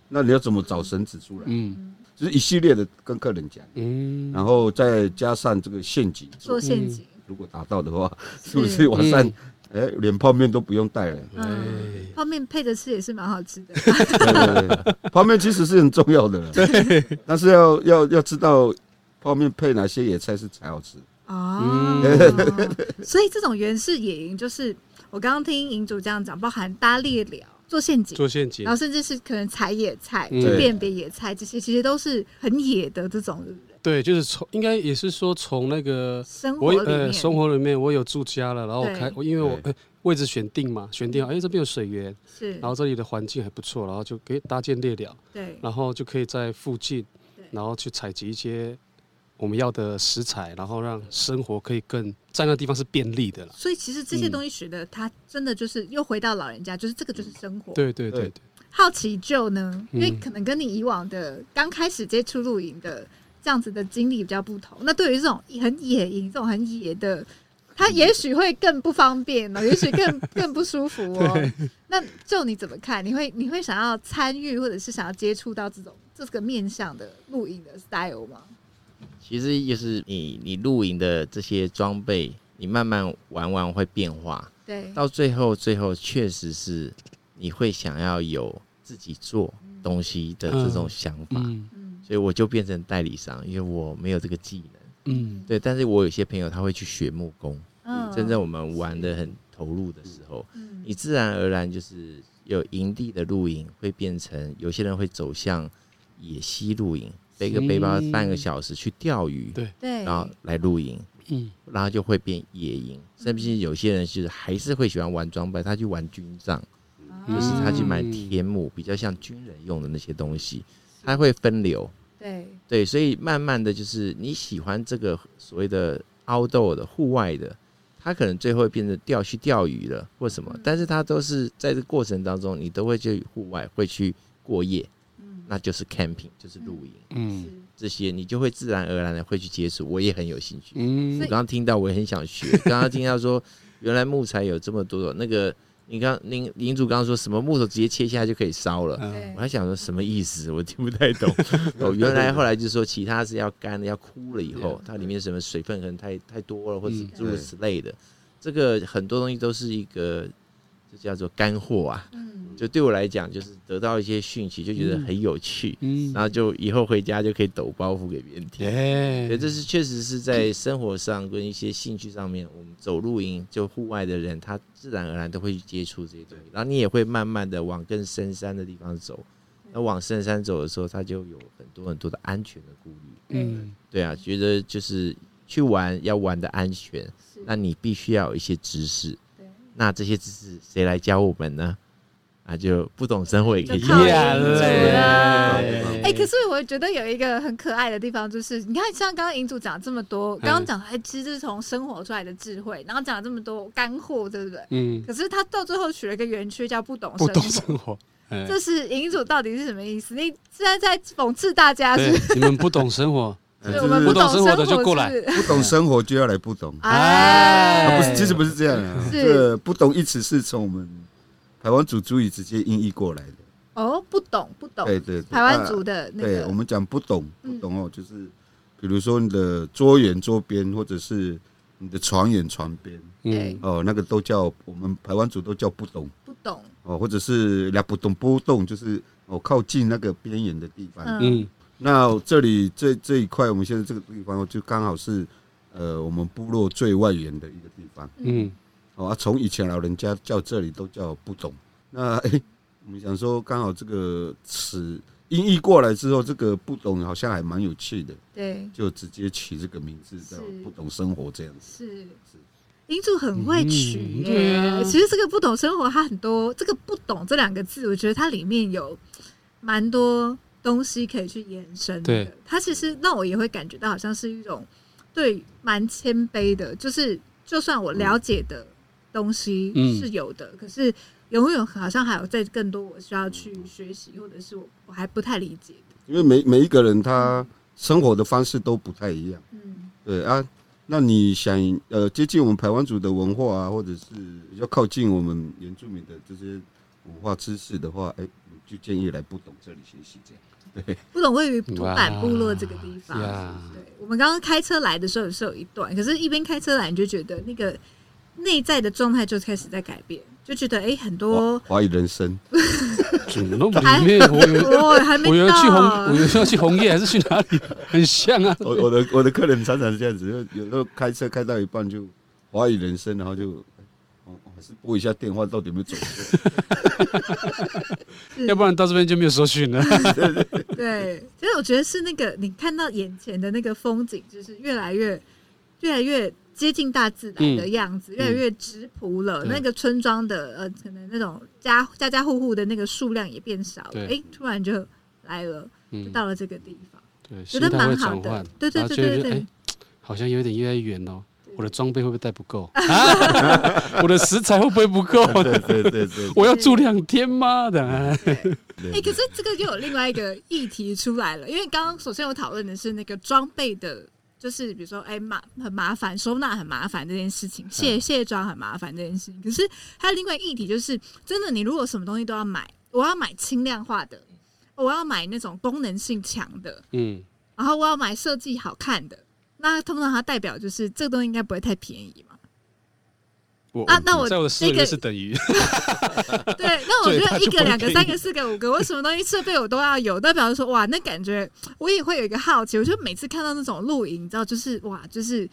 那你要怎么找绳子出来？
嗯
就是一系列的跟客人讲，
嗯，
然后再加上这个陷阱，
做陷阱，
如果达到的话，是不是晚上
嗯
哎、连泡面都不用带了？ 哎
嗯，泡面配着吃也是蛮好吃的。
对对对泡面其实是很重要的啦，但是要要要知道泡面配哪些野菜是才好吃。
哦，
嗯
所以这种原始野营就是我刚刚听营主这样讲，包含搭猎寮、做陷阱，
做陷阱
然，后甚至是可能采野菜、
嗯
去辨别野菜，这些其实都是很野的这种
对，就是从应该也是说从那个
生活
我
里
呃
面。
生活里面我有住家了，然后我
对
开我因为我
对
呃位置选定嘛，选定好哎这边有水源，
是
然后这里的环境还不错，然后就可以搭建猎寮，
对
然后就可以在附近
对，
然后去采集一些我们要的食材，然后让生活可以更在那地方是便利的啦。
所以其实
嗯
这些东西学的，他真的就是又回到老人家，就是这个就是生活。
对对对
对
对，
好奇就呢，因
嗯
为可能跟你以往的刚开始接触露营的这样子的经历比较不同。那对于这种很野营、这种很野的，它也许会更不方便哦，也许更更不舒服哦。那就你怎么看？你会你会想要参与，或者是想要接触到这种这个面向的露营的 style 吗？
其实就是你你露营的这些装备，你慢慢玩玩会变化，
对，
到最后最后确实是你会想要有自己做东西的这种想法，
嗯
嗯，
所以我就变成代理商，因为我没有这个技能。
嗯
对，但是我有些朋友他会去学木工，
嗯
真正我们玩的很投入的时候，
嗯
你自然而然就是有营地的露营会变成有些人会走向野溪露营，背个背包
嗯
半个小时去钓鱼，
对
对，
然后来露营，
嗯
然后就会变野营，甚至有些人就是还是会喜欢玩装备，他去玩军帐，
啊
就是他去买
嗯
天幕，比较像军人用的那些东西，他会分流。
对
对，所以慢慢的就是你喜欢这个所谓的 outdoor 的户外的，他可能最后会变成钓去钓鱼了或什么
嗯，
但是他都是在这过程当中，你都会去户外，会去过夜，
嗯
那就是 camping，就是露营
是
嗯
这些，你就会自然而然的会去接触。我也很有兴趣，
嗯
所
我
以
刚刚听到我也很想学，刚刚听到说原来木材有这么多种，那个你刚林林主刚刚说什么木头直接切下来就可以烧了，
对
我还想说什么意思，我听不太懂。哦，
呃
原来后来就是说其他是要干的，要枯了以后，它里面什么水分可能太太多了，或者
嗯
诸如此类的。这个很多东西都是一个，这叫做干货啊。
嗯
就对我来讲，就是得到一些讯息，就觉得很有趣，
嗯
然，后就以后回家就可以抖包袱给别人听。对，
哎
耶，
这是确实是在生活上跟一些兴趣上面，我们走露营就户外的人，他自然而然都会去接触这些东西，然后你也会慢慢的往更深山的地方走。那往深山走的时候，他就有很多很多的安全的顾虑。
嗯
嗯
对啊，觉得就是去玩要玩的安全，
是
那你必须要有一些知识
对。
那这些知识谁来教我们呢？啊，就不懂生活 也可以
就
用
靠
呀
银主啦
嘞！
哎、可是我觉得有一个很可爱的地方，就是你看，像刚刚银主讲这么多，刚刚讲哎，其实是从生活出来的智慧，然后讲了这么多干货，对不对？
嗯，
可是他到最后取了一个园区叫“不懂
不
生
懂
活
生活，”，哎，
这是银主到底是什么意思？你现在在讽刺大家是
对
不是？，
你们不懂生活，
哎
对
就
我们
是
不
不
懂
懂
生
生活
活的就过来
是不是
懂生活就要来不懂，
哎，
啊不是，其实不是这样啊，
是
这个不懂一词是从我们台湾族主语直接音译过来的，
哦，不懂不懂，
对对对，
台湾
啊
族的那
对，
个
我，们讲不懂，不
嗯
懂哦，就是比如说你的桌沿、桌边，或者是你的床沿、床边，
对
嗯，
哦，那个都叫我们台湾族都叫不懂
不懂，
哦，或者是俩不懂波动，就是哦靠近那个边缘的地方。
嗯，
嗯，
那这里这这一块，我们现在这个地方哦就刚好是呃我们部落最外缘的一个地方
嗯，
哦，啊，从以前老人家叫这里都叫不懂。那 哎、我们想说刚好这个词音译过来之后，这个不懂好像还蛮有趣的。
对，
就直接起这个名字
是
叫不懂生活这样子。
是。银主很会取
嗯
耶、
对啊
其实这个不懂生活，它很多这个不懂这两个字，我觉得它里面有蛮多东西可以去延伸的
对。
它其实让我也会感觉到，好像是一种对蛮谦卑的，就是就算我了解的东西
嗯
是有的，可是永远好像还有在更多我需要去学习，或者是我我还不太理解的。
因为每每一个人他生活的方式都不太一样，
嗯，
对啊。那你想呃接近我们台湾族的文化啊，或者是比较靠近我们原住民的这些文化知识的话，哎、我就建议来不懂这里学习这样。
不懂位于土坂部落这个地方。
哇呀
对，我们刚刚开车来的时候也是有一段，可是一边开车来，你就觉得那个内在的状态就开始在改变，就觉得哎、很
华
多
华语人生，
怎么那
还
么里面我有
哎我哦还没
我有
到啊
去红，我有要去红叶还是去哪 里？很像啊，
我我的我的客人常常是这样子，就有时候开车开到一半就华语人生，然后就。哦还是拨一下电话，到底有没有走错？
要不然到这边就没有 搜寻了。
对，其实我觉得是那个你看到眼前的那个风景，就是越来越越来越接近大自然的样子，越来越质朴了。
嗯对
那个村庄的呃，可能那种家家家户户的那个数量也变少了，
对
哎、突然就来了，就
嗯，
到了这个地方，
对，
觉
心
得
态
蛮
会
好
转
的
换，。
对对
然后
对
就
对
觉得
对
哎，好像有点越来越远哦。我的装备会不会带 不够？啊 我的食材会不会不够？
对对对对，
我要住两天吗？的，
哎、可是这个又有另外一个议题出来了，因为刚刚首先我讨论的是那个装备的，就是比如说，哎、麻很麻烦，收纳很麻烦这件事情，卸卸妆很麻烦这件事情。可是还有另外一个议题，就是真的，你如果什么东西都要买，我要买轻量化的，我要买那种功能性强的，
嗯，
然后我要买设计好看的，那通常它代表就是这个东西应该不会太便宜嘛。
我
啊那我
在我的视野
那个
里是等于
对，那我觉
对
得
他
一
就
个、
不会
两个、
给
三
你
个、四个、五个，我什么东西设备我都要有。代表示说，哇，那感觉我也会有一个好奇。我就每次看到那种露营，你知道，就是哇，就是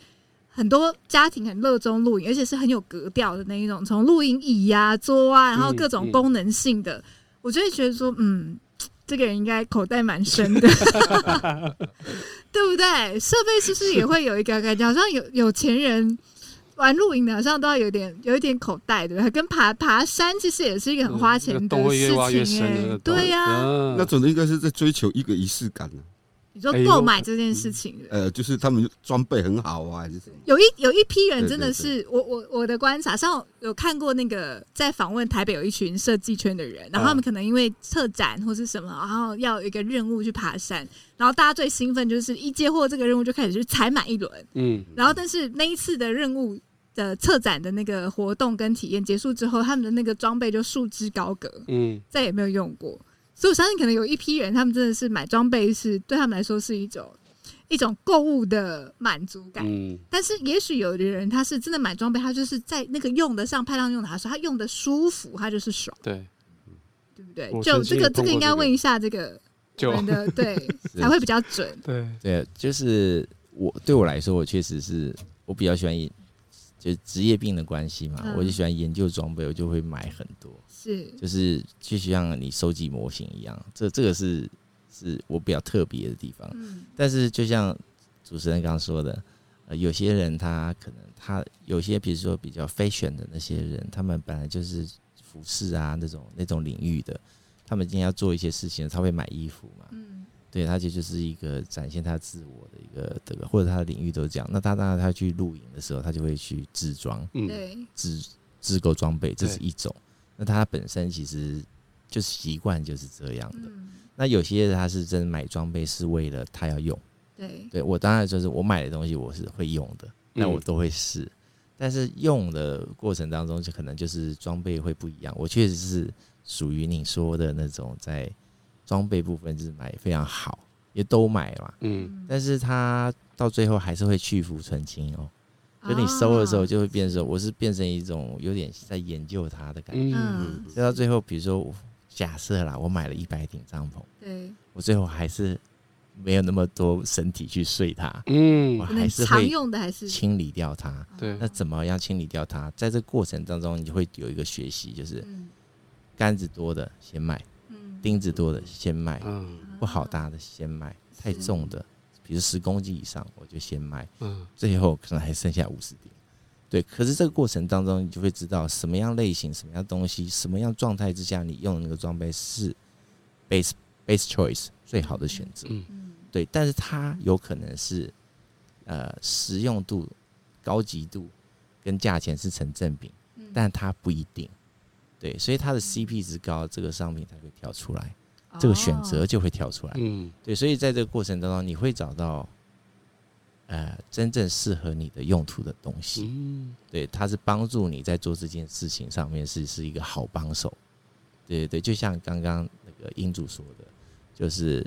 很多家庭很热衷露营，而且是很有格调的那一种，从露营椅呀、桌啊，然后
嗯
各种
嗯
功能性的，我就会觉得说，嗯，这个人应该口袋蛮深 的，对不对？设备是不是也会有一个感觉，好像有有钱人玩露营的，好像都要有点有一点口袋，对不对？跟爬爬山其实也是一个很花钱
嗯那个
的
洞会
事
越挖越
情、
深的那
欸
个，洞
对呀、
嗯
那种的应该是在追求一个仪式感呢、
你说
哎呦
购买这件事情，对不对
呃，就是他们装备很好啊，还是什么？
有一有一批人
对
真的
对
是我我我的观察，像有看过那个在访问台北有一群设计圈的人，然后他
啊
们可能因为策展或是什么，然后要有一个任务去爬山，然后大家最兴奋就是一接获这个任务就开始去采买一轮，
嗯，
然后但是那一次的任务的策展的那个活动跟体验结束之后，他们的那个装备就束之高阁，
嗯，
再也没有用过。所以我相信，可能有一批人，他们真的是买装备是对他们来说是一种一种购物的满足感。
嗯，
但是也许有的人他是真的买装备，他就是在那个用得上、派上用场的时候，他用的舒服，他就是爽，
对，
对不对？
我
就
曾
这
经
个
也
这
碰过
个应该
这个
问一下这个
就
人的对 才会比较准。
对，
对，就是我对我来说，我确实是我比较喜欢研，就是职业病的关系嘛，
嗯
我就喜欢研究装备，我就会买很多，
是
就是就像你收集模型一样，这这个是是我比较特别的地方。
嗯
但是就像主持人刚刚说的，呃，有些人他可能他有些，比如说比较 fashion 的那些人，他们本来就是服饰啊那种那种领域的，他们今天要做一些事情，他会买衣服嘛，
嗯，
对，他就就是一个展现他自我的一个这个，或者他的领域都是这样。那他当然他去露营的时候，他就会去自装、
嗯，
对，
自自购装备，这是
对
一种。那他本身其实就是习惯就是这样的。
嗯，
那有些人他是真的买装备是为了他要用，
对，
对我当然就是我买的东西我是会用的，那
嗯
我都会试。但是用的过程当中，就可能就是装备会不一样。我确实是属于你说的那种，在装备部分就是买非常好，也都买嘛。
嗯，
但是它到最后还是会去浮存清哦。就你收的时候，
啊，
就会变成我是变成一种有点在研究它的感觉。
嗯
嗯，
就到最后，比如说我假设啦，我买了一百顶帐篷，
对，
我最后还是没有那么多身体去睡它，我
嗯，
可能
还是
常
会
用的还是
清理掉它。
对
那怎么样清理掉它？在这过程当中，你就会有一个学习，就是
嗯
杆子多的先卖，
嗯，
钉子多的先卖，
嗯
不好搭的先卖，太重的，比如十公斤以上，我就先卖。
嗯
最后可能还剩下五十顶。对，可是这个过程当中，你就会知道什么样类型、什么样东西、什么样状态之下，你用的那个装备是 base base choice 最好的选择。
嗯
嗯，
对，但是它有可能是呃实用度、高级度跟价钱是成正比，
嗯
但它不一定。对，所以它的 CP 值高，这个商品才会跳出来，这个选择
哦
就会跳出来。
嗯
对，所以在这个过程当中，你会找到呃真正适合你的用途的东西。
嗯，
对，它是帮助你在做这件事情上面是是一个好帮手。对对对，就像刚刚那个英主说的，就是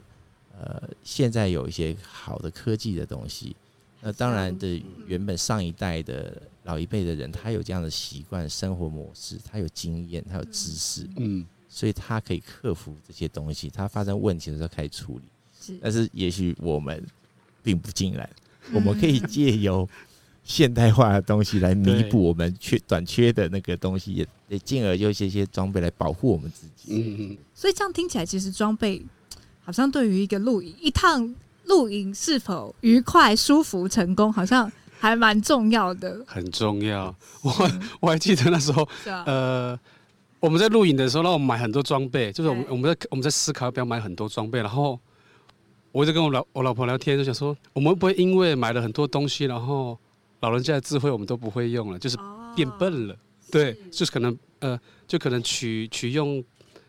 呃，现在有一些好的科技的东西，那当然的，原本上一代的老一辈的人，他有这样的习惯、生活模式，他有经验，他有知识，
嗯，
所以他可以克服这些东西。他发生问题的时候开始处理。
是
但是也许我们并不尽然，我们可以借由现代化的东西来弥补我们缺短缺的那个东西，也也进而用一些些装备来保护我们自己。
嗯，
所以这样听起来，其实装备好像对于一个露营一趟露营是否愉快、舒服、成功，好像还蛮重要的，
很重要。我
嗯
我还记得那时候，
是吧？
呃，我们在录影的时候，让我们买很多装备，就是我们
对
我们在我们在思考要不要买很多装备，然后我就跟我老我老婆聊天，就想说，我们会不会因为买了很多东西，然后老人家的智慧我们都不会用了，
哦
就是变笨了，对，就是可能呃，就可能取取用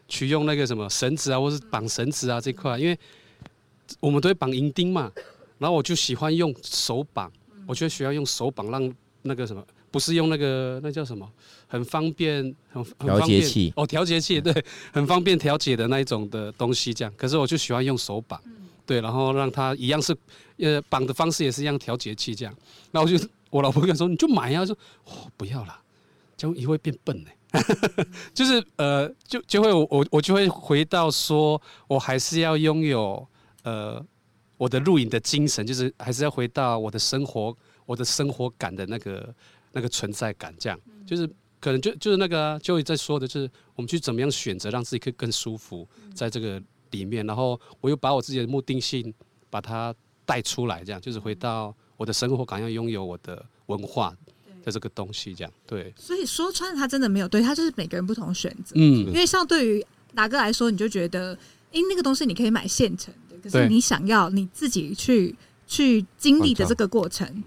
取用那个什么绳子啊，或是绑绳子啊这块，因为我们都会绑银钉嘛，然后我就喜欢用手绑，我觉得需要用手绑让那个什么，不是用那个那叫什么，很方便，很很
调
方便
节器
哦，调节器对，很方便调节的那一种的东西这样，可是我就喜欢用手绑，对，然后让它一样是呃绑的方式也是一样调节器这样，然后我就我老婆跟我说你就买呀、啊，说哦不要啦，这样也会变笨呢、 就是呃，就就会我我我就会回到说，我还是要拥有呃我的录影的精神，就是还是要回到我的生活，我的生活感的那个那个存在感，这样就是可能就就是那个啊、就在说的，就是我们去怎么样选择让自己可以更舒服
嗯
在这个里面，然后我又把我自己的目的性把它带出来，这样就是回到我的生活感，要拥有我的文化的这个东西，这样对，
所以说穿它真的没有对，它就是每个人不同的选择。
嗯
因为像对于达哥来说，你就觉得，诶、那个东西你可以买现成的，可是
对
你想要你自己去去经历的
换
这
套
个过程，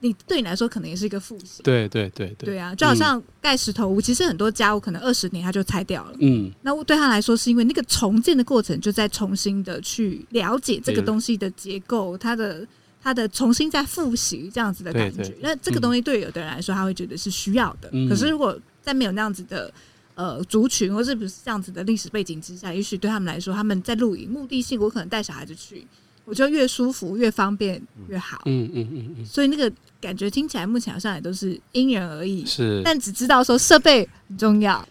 你对你来说可能也是一个复习。
对对对对，
对啊，就好像盖石头屋，其实很多家屋可能二十年它就拆掉了。
嗯。
那我对他来说，是因为那个重建的过程，就在重新的去了解这个
对
东西的结构，它的它的重新再复习这样子的感
对
觉
对。
那这个东西对有的人来说，他会觉得是需要的。
嗯
可是如果在没有那样子的呃族群，或是不是这样子的历史背景之下，也许对他们来说，他们在露营目的性，我可能带小孩子去，我觉得越舒服、越方便越好。
嗯嗯嗯嗯，
所以那个感觉听起来，目前好像也都是因人而异。
是。哎
但只知道说设备很重要。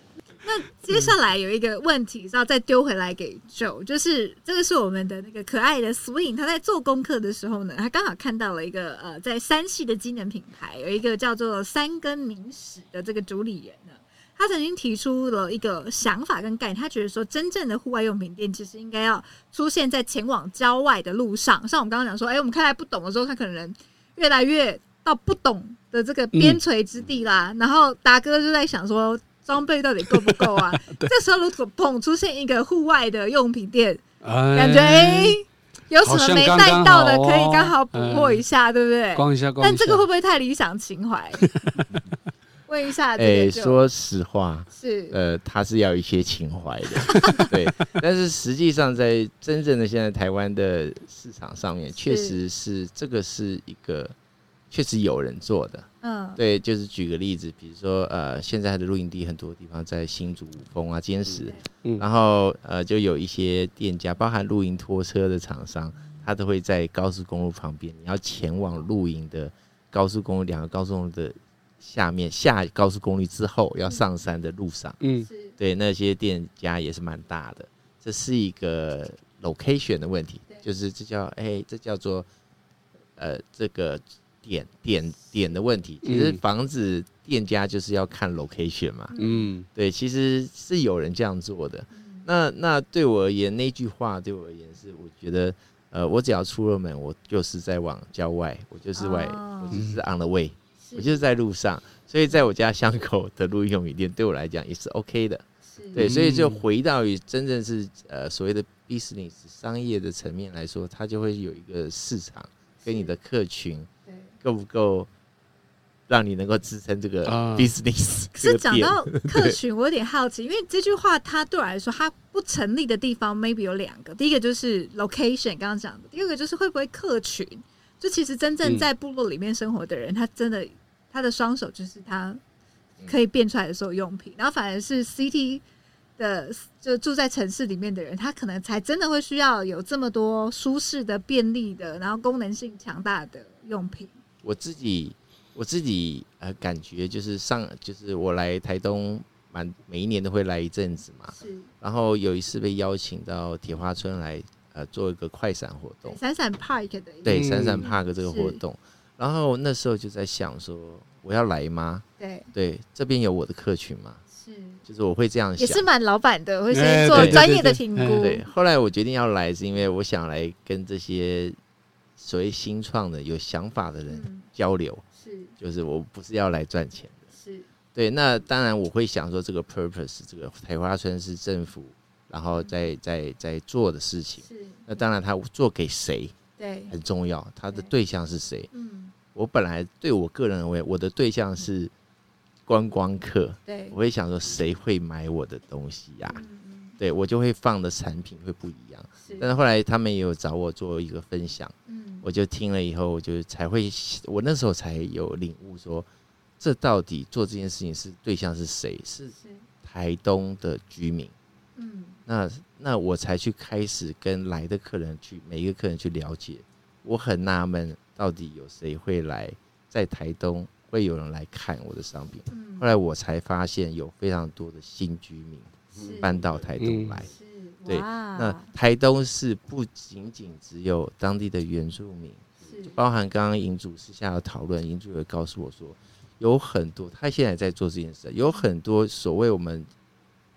那接下来有一个问题是要再丢回来给 Joe，就是这个是我们的那个可爱的 Swing，他在做功课的时候呢，他刚好看到了一个呃，在山系的机能品牌有一个叫做三根凝屎的这个主理人呢，他曾经提出了一个想法跟概念，他觉得说真正的户外用品店其实应该要出现在前往郊外的路上。像我们刚刚讲说，哎、我们看来不懂的时候，他可能越来越到不懂的这个边陲之地啦。
嗯
然后达哥就在想说，装备到底够不 够啊？这时候如果砰出现一个户外的用品店，感觉哎、
哎
有什么没带到的，可以刚好补货一下，对不对？
逛一下哦逛一
但
下。
这个会不会太理想情 怀？问一下这
哎，
个就
说实话，
是
呃，他是要一些情怀的，对。但是实际上，在真正的现在台湾的市场上面，确实是这个是一个确实有人做的。
嗯，
对，就是举个例子，比如说呃，现在的露营地很多地方在新竹、五峰啊、坚石，
嗯
然后呃，就有一些店家，包含露营拖车的厂商，他都会在高速公路旁边，你要前往露营的高速公路两个高速公路的下面下高速公路之后要上山的路上，
嗯
是
对那些店家也是蛮大的，这是一个 location 的问题，就是这叫哎、这叫做呃这个点点点的问题。其实
嗯
房子店家就是要看 location 嘛，
嗯
对，其实是有人这样做的。那那对我而言，那句话对我而言是，我觉得呃，我只要出了门，我就是在往郊外，我就是外，
哦
我就是 on the way，我就是在路上。所以，在我家 巷口的露营用品店，对我来讲也是 OK 的。对，所以就
嗯
回到于真正是呃所谓的 business 商业的层面来说，它就会有一个市场跟你的客群
对
够不够让你能够支撑这个
啊
business
可
这
是
个
讲
点。
到客群，我有点好奇，因为这句话它对我来说，它不成立的地方 maybe 有两个，第一个就是 location 刚刚讲的，第二个就是会不会客群，就其实真正
嗯
在部落里面生活的人，他真的他的双手就是他
嗯
可以变出来的所有用品，然后反而是 CT 的就住在城市里面的人，他可能才真的会需要有这么多舒适的、便利的，然后功能性强大的用品。
我自己我自己呃感觉就是上就是我来台东满每一年都会来一阵子嘛，
是
然后有一次被邀请到铁花村来呃做一个快闪活动。
闪闪 Park 的一个
对，
嗯
闪闪 Park 这个活
是
动。然后那时候就在想说，我要来吗？
对
对，这边有我的客群吗？
是。
就是我会这样
也
想
是。蛮老板的，会先
哎
做
对对
专
对
业的
对
评
哎
估。
对，后来我决定要来，是因为我想来跟这些所谓新创的、有想法的人
嗯，
交流，
是
就是我不是要来赚钱的。
是
对，那当然我会想说，这个 purpose，这个台花村是政府，然后
嗯
在在在做的事情。
是，
那当然，他做给谁
对，
很重要，他的
嗯对
对象是谁。
嗯，
我本来对我个人而为，我的对象是观光客，
对
我，会想说谁会买我的东西呀、
嗯嗯
对我就会放的产品会不一样。但
是，
是后来他们也有找我做一个分享，
嗯，
我就听了以后，我就才会，我那时候才有领悟说，这到底做这件事情是对象是谁？是
是，
台东的居民。
嗯，
那那我才去开始跟来的客人去每一个客人去了解，我很纳闷到底有谁会来在台东会有人来看我的商品。
嗯
后来我才发现有非常多的新居民
是嗯
搬到台东来。
是，
对那
哇，
台东市不仅仅只有当地的原住民，
是
包含刚刚银主私下有讨论，银主也告诉我说，有很多他现在在做这件事，有很多所谓我们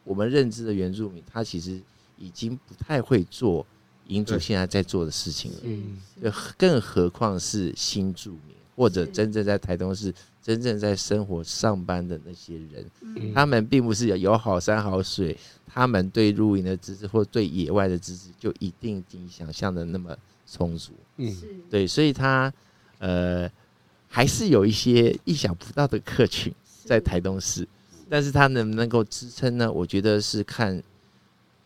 我们认知的原住民，他其实已经不太会做银主
对
现在在做的事情了，
嗯
就更何况是新住民或者
是
真正在台东市真正在生活上班的那些人，
嗯
他们并不是有有好山好水，他们对露营的知识或对野外的知识就一定你想象的那么充足。
嗯，
是，
对，所以他呃还是有一些意想不到的客群在台东市，但是他能不能够支撑呢？我觉得是看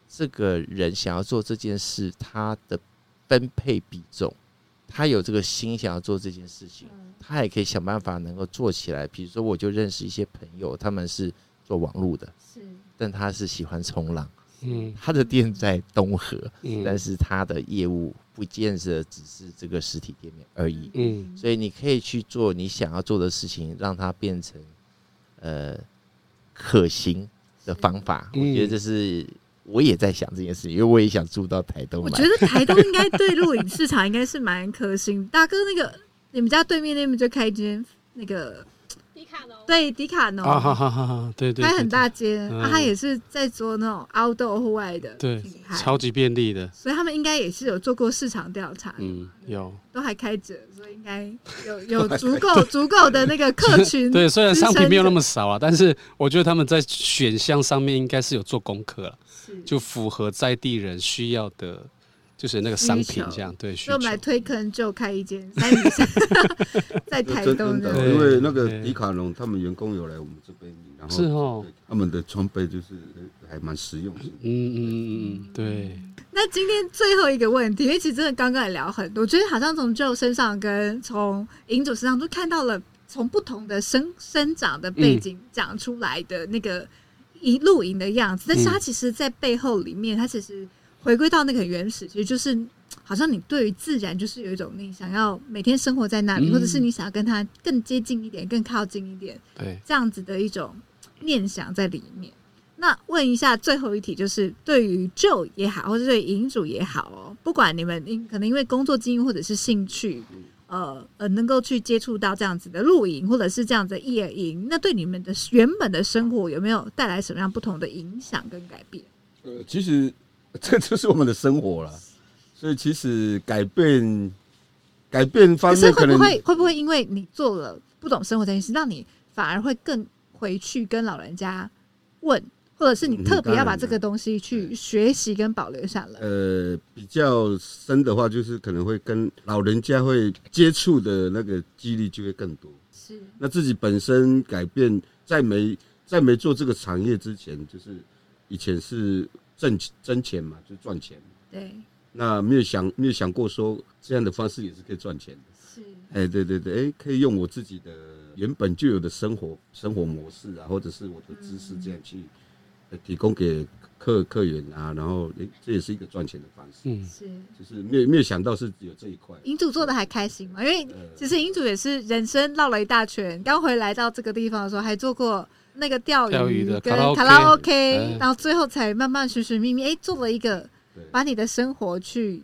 这个人想要做这件事，他的分配比重，他有这个心想要做这件事情，
嗯
他也可以想办法能够做起来。比如说，我就认识一些朋友，他们是做网络的，
是，
但他是喜欢冲浪，
嗯
他的店在东河，
嗯
但是他的业务不见得只是这个实体店面而已。
嗯
所以你可以去做你想要做的事情，让它变成呃可行的方法。
嗯
我觉得这是我也在想这件事情，因为我也想住到台东
我
来。
觉得台东应该对露营市场应该是蛮可行。大哥，那个你们家对面那边就开一间那个。
迪卡侬，
对迪卡侬，
啊哈哈哈哈，对对，
它
对
很
对
大间，
嗯
啊它也是在做那种 outdoor 户外的
对
品牌，
超级便利的，
所以他们应该也是有做过市场调查，
嗯， 有。
都还开着，所以应该有 有足够足够的那个客群。
对，虽然
支
商品
撑
没有那
着
么少啊，但是我觉得他们在选项上面应该是有做功课了，
是
就符合在地人需要的，就是那个商
需
品
求
这样对需
所以
求
我。们来推坑就开一间三女 生在台
真
东
真
的
的，
对
因为那个
对
迪卡侬他们员工有来我们这边，然后
是哦，
对他们的装备就是呃还蛮实用性的。
嗯嗯嗯嗯，对，
那今天最后一个问题，因为其实真的刚刚也聊很多，我觉得好像从 Joe 身上跟从银主身上都看到了从不同的生生长的背景长出来的那个一露营的样子，但是他其实，在背后里面，他其实回归到那个很原始，其实就是好像你对于自然就是有一种你想要每天生活在那里，
嗯
或者是你想要跟它更接近一点、更靠近一点
对，
这样子的一种念想在里面。那问一下最后一题，就是对于 Joe 也好，或者对银主也好哦，不管你们因可能因为工作经验或者是兴趣，呃呃，能够去接触到这样子的露营或者是这样子的夜营，那对你们的原本的生活有没有带来什么样不同的影响跟改变？
呃，其实这就是我们的生活了，所以其实改变改变方
可是会
面可
不
能
会会不会因为你做了不懂生活这件事，让你反而会更回去跟老人家问，或者是你
嗯
特别
当
要
然
把
了
这个东西去学习跟保留下来？
呃比较深的话，就是可能会跟老人家会接触的那个几率就会更多。
是
那自己本身改变，在没在没做这个产业之前，就是以前是挣挣钱嘛，就赚钱。
对，
那没有想没有想过说这样的方式也是可以赚钱的。
是
哎、对对对，哎、可以用我自己的原本就有的生活生活模式啊，或者是我的知识这样去、呃提供给客客源啊，然后哎、这也是一个赚钱的方式，
嗯，
是。
就是没有没有想到是有这一块。
银主做的还开心嘛？因为
呃
其实银主也是人生绕了一大圈，刚回来到这个地方的时候，还做过那个钓
钓
鱼
鱼的
跟
卡拉 OK，
卡拉 OK，
嗯
然后最后才慢慢寻寻觅觅，哎，做了一个
对
把你的生活去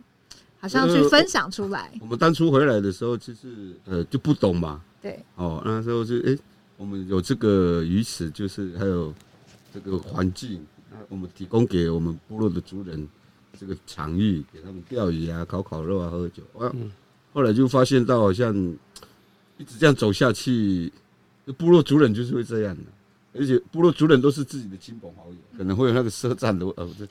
好像去分享出来，
我们当初回来的时候，就是呃就不懂嘛，
对，
哦，那时候就哎、我们有这个鱼池，就是还有这个环境，那我们提供给我们部落的族人这个场域，给他们钓鱼啊、烤烤肉啊、喝酒啊。
嗯
后来就发现到好像一直这样走下去，部落族人就是会这样的、而且部落族人都是自己的亲朋好友，可能会有那个赊账的呃，不是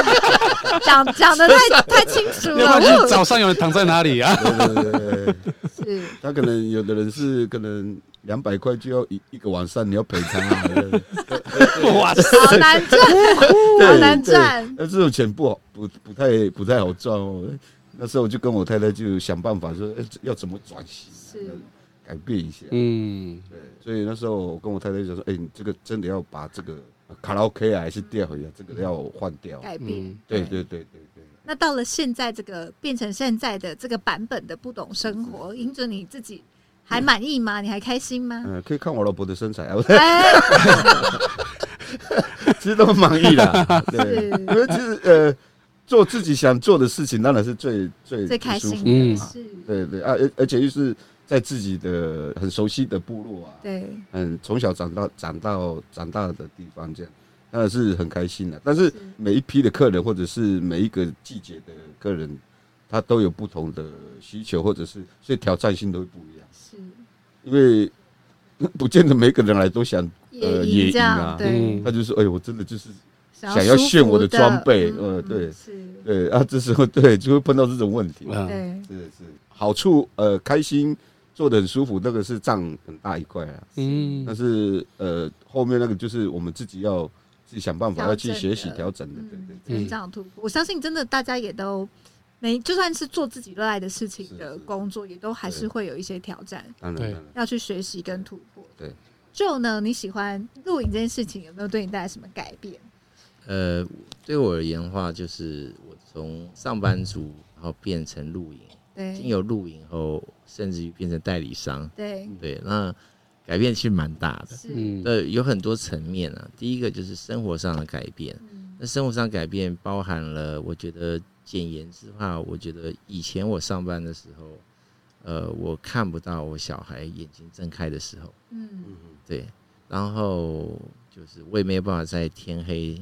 讲讲的太太清楚
要
了，哦
不然就是
我
早上有人躺在哪里 啊？
对对对对，
是
他可能有的人是可能两百块就要一一个晚上，你要赔偿 啊。对对
哇塞，
好难赚，好
对
难
对
赚，
那这种钱不好，不不太不太好赚哦。那时候我就跟我太太就想办法说，哎，要怎么转型啊，
是
要改变一下。
嗯，
对，所以那时候我跟我太太就说，哎，你这个真的要把这个卡拉 OK 啊，还是调回啊，这个要换掉。
改变
嗯。
对对对对对。
那到了现在这个变成现在的这个版本的不懂生活，英准你自己还满意吗？你还开心吗？
嗯，可以看我老婆的身材啊，
哎，
其实都满意啦。对，
是
因为其实呃，做自己想做的事情，当然是最最
最开
舒服
心的
嗯
啊
是，
对对啊，而而且又是在自己的很熟悉的部落啊，
对，
嗯，从小长到长到长大的地方，这样当然是很开心的。但是每一批的客人，或者是每一个季节的客人，他都有不同的需求，或者是所以挑战性都会不一样，
是
因为 不见得每个人来都想，
也
野
营
营
这样，
啊
对
嗯，
他就说，哎呦，我真的就是
舒
想要
服
炫我的装备
嗯
呃对
是，
对啊，这时候对就会碰到这种问题。
嗯，
对，
是是，好处呃，开心，做的很舒服，那个是占很大一块啊。
嗯
但是呃，后面那个就是我们自己要自己想办法
调
要去
整
学习
的
调整的，对对
嗯，
对。
成长突破，我相信真的大家也都。没，就算是做自己热爱的事情
是
的
是
工作，也都还是
对
会有一些挑战，
当然，
对
当然
要去学习跟突破。
对，
就呢，你喜欢录影这件事情，有没有对你带来什么改变？
呃，对我而言的话，就是我从上班族，然后变成露营，经
对，
由露营后，甚至于变成代理商，
对，
对，那改变其实蛮大的。
是，
嗯，
呃，有很多层面啊。第一个就是生活上的改变，那生活上改变包含了，我觉得简言之话，我觉得以前我上班的时候，呃，我看不到我小孩眼睛睁开的时候，
嗯，
对，然后就是我也没有办法在天黑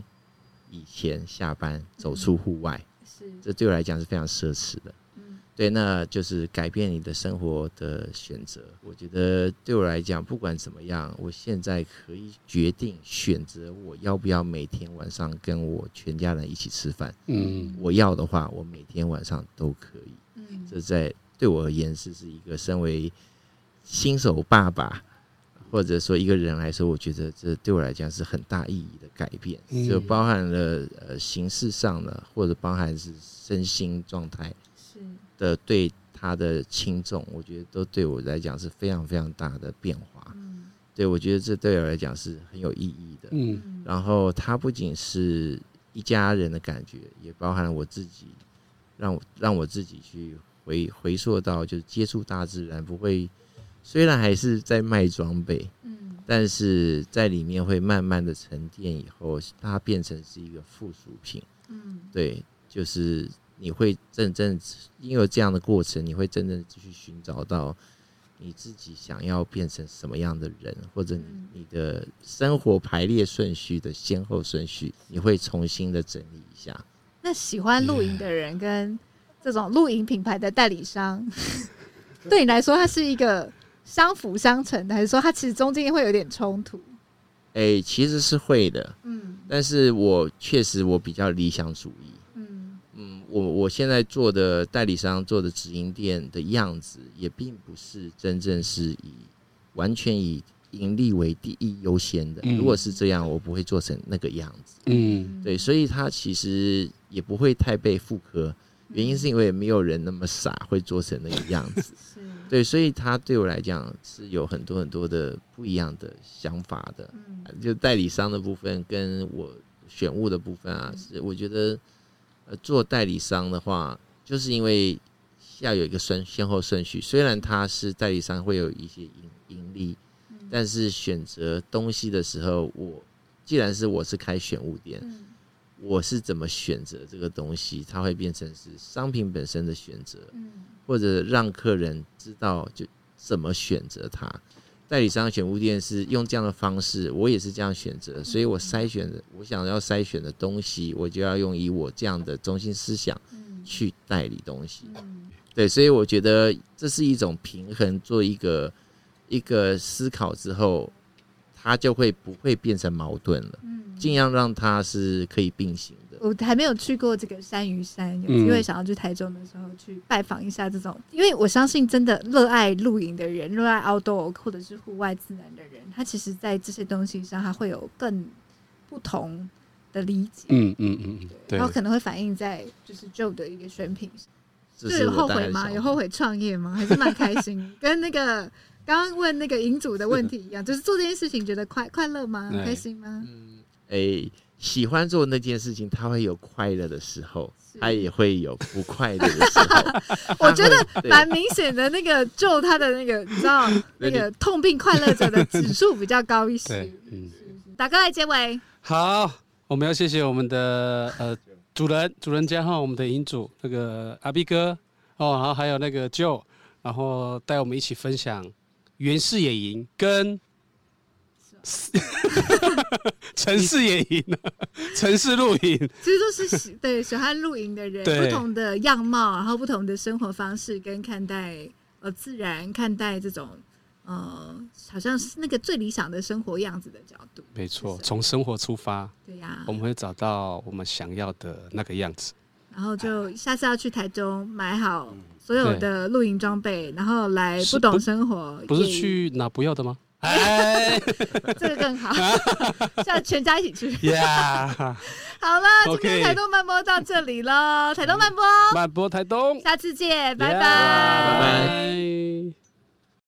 以前下班走出户外，
是，
这对我来讲是非常奢侈的。
嗯
对，那就是改变你的生活的选择。我觉得对我来讲，不管怎么样，我现在可以决定选择我要不要每天晚上跟我全家人一起吃饭。
嗯，
我要的话，我每天晚上都可以。
嗯，
这在对我而言是是一个身为新手爸爸，或者说一个人来说，我觉得这对我来讲是很大意义的改变，
嗯
就包含了呃形式上的，或者包含是身心状态
是，
的对他的轻重，我觉得都对我来讲是非常非常大的变化。
嗯
对我觉得这对我来讲是很有意义的。
嗯
嗯，
然后它不仅是一家人的感觉，也包含了我自己，让我让我自己去回回溯到就是接触大自然，不会虽然还是在卖装备，
嗯
但是在里面会慢慢的沉淀以后，它变成是一个附属品，
嗯，
对，就是你会真正因为这样的过程，你会真正去寻找到。你自己想要变成什么样的人，或者你
嗯
你的生活排列顺序的先后顺序，你会重新的整理一下。
那喜欢露营的人跟这种露营品牌的代理商， 对你来说，它是一个相辅相成的，还是说它其实中间会有点冲突？
诶，其实是会的，
嗯
但是我确实我比较理想主义。
嗯
嗯，我我现在做的代理商做的直营店的样子，也并不是真正是以完全以盈利为第一优先的。
嗯
如果是这样，我不会做成那个样子。
嗯
对，所以它其实也不会太被复刻，原因是因为没有人那么傻会做成那个样子。
是，
对，所以他对我来讲是有很多很多的不一样的想法的，
嗯
就代理商的部分跟我选物的部分啊，是我觉得，呃，做代理商的话，就是因为要有一个顺先后顺序，虽然他是代理商会有一些盈盈利，但是选择东西的时候，我既然是我是开选物店，
嗯
我是怎么选择这个东西，它会变成是商品本身的选择，
嗯
或者让客人知道就怎么选择它。代理商选物店是用这样的方式，我也是这样选
嗯
择，所以我筛选的我想要筛选的东西，我就要用以我这样的中心思想
嗯
去代理东西。
嗯
对，所以我觉得这是一种平衡，做一个一个思考之后，它就会不会变成矛盾了，
嗯，
尽量让它是可以并行的。
我还没有去过这个山鱼山，有
嗯
机会想要去台中的时候去拜访一下这种，因为我相信真的热爱露营的人，热爱 outdoor 或者是户外自然的人，他其实在这些东西上，他会有更不同的理解，
嗯嗯嗯嗯，对
然，后可能会反映在就是 Joe 的一个选品上。
这
就是有
我
后
大概
悔
的
吗？
想
有
法
后悔创业吗？ 还是蛮开 心，跟那个刚刚问那个营主的问题一样，就是做这件事情觉得快快乐吗？
对
开心吗？
嗯
诶、哎喜欢做那件事情，他会有快乐的时候
是，。
他也会有不快乐的时候
我觉
得
蛮明显的，那个就他的那个，你知道那
对
个痛并快乐着的指数比较高一些
对。，嗯，
打哥来结尾，
好，我们要谢谢我们的呃主人主人家哈，我们的营主那个阿碧哥哦，然后还有那个 Joe，然后带我们一起分享原氏野营 跟城市野营、啊城市露营，
其实都是喜对喜欢露营的人，
对
不同的样貌，然后不同的生活方式跟看待呃自然，看待这种呃好像是那个最理想的生活样子的角度。
没错，
是
从生活出发，
对呀、
我们会找到我们想要的那个样子。
然后就下次要去台中买好
嗯
所有的露营装备，然后来
是
不懂
不
生活
不是
业余
去拿不要的吗？哎
这个更 好，下次全家一起去。
呀，
好了，今
OK
天台东慢播到这里喽，台东慢播，
慢播台东，
下次见，拜
Yeah，
拜。
拜拜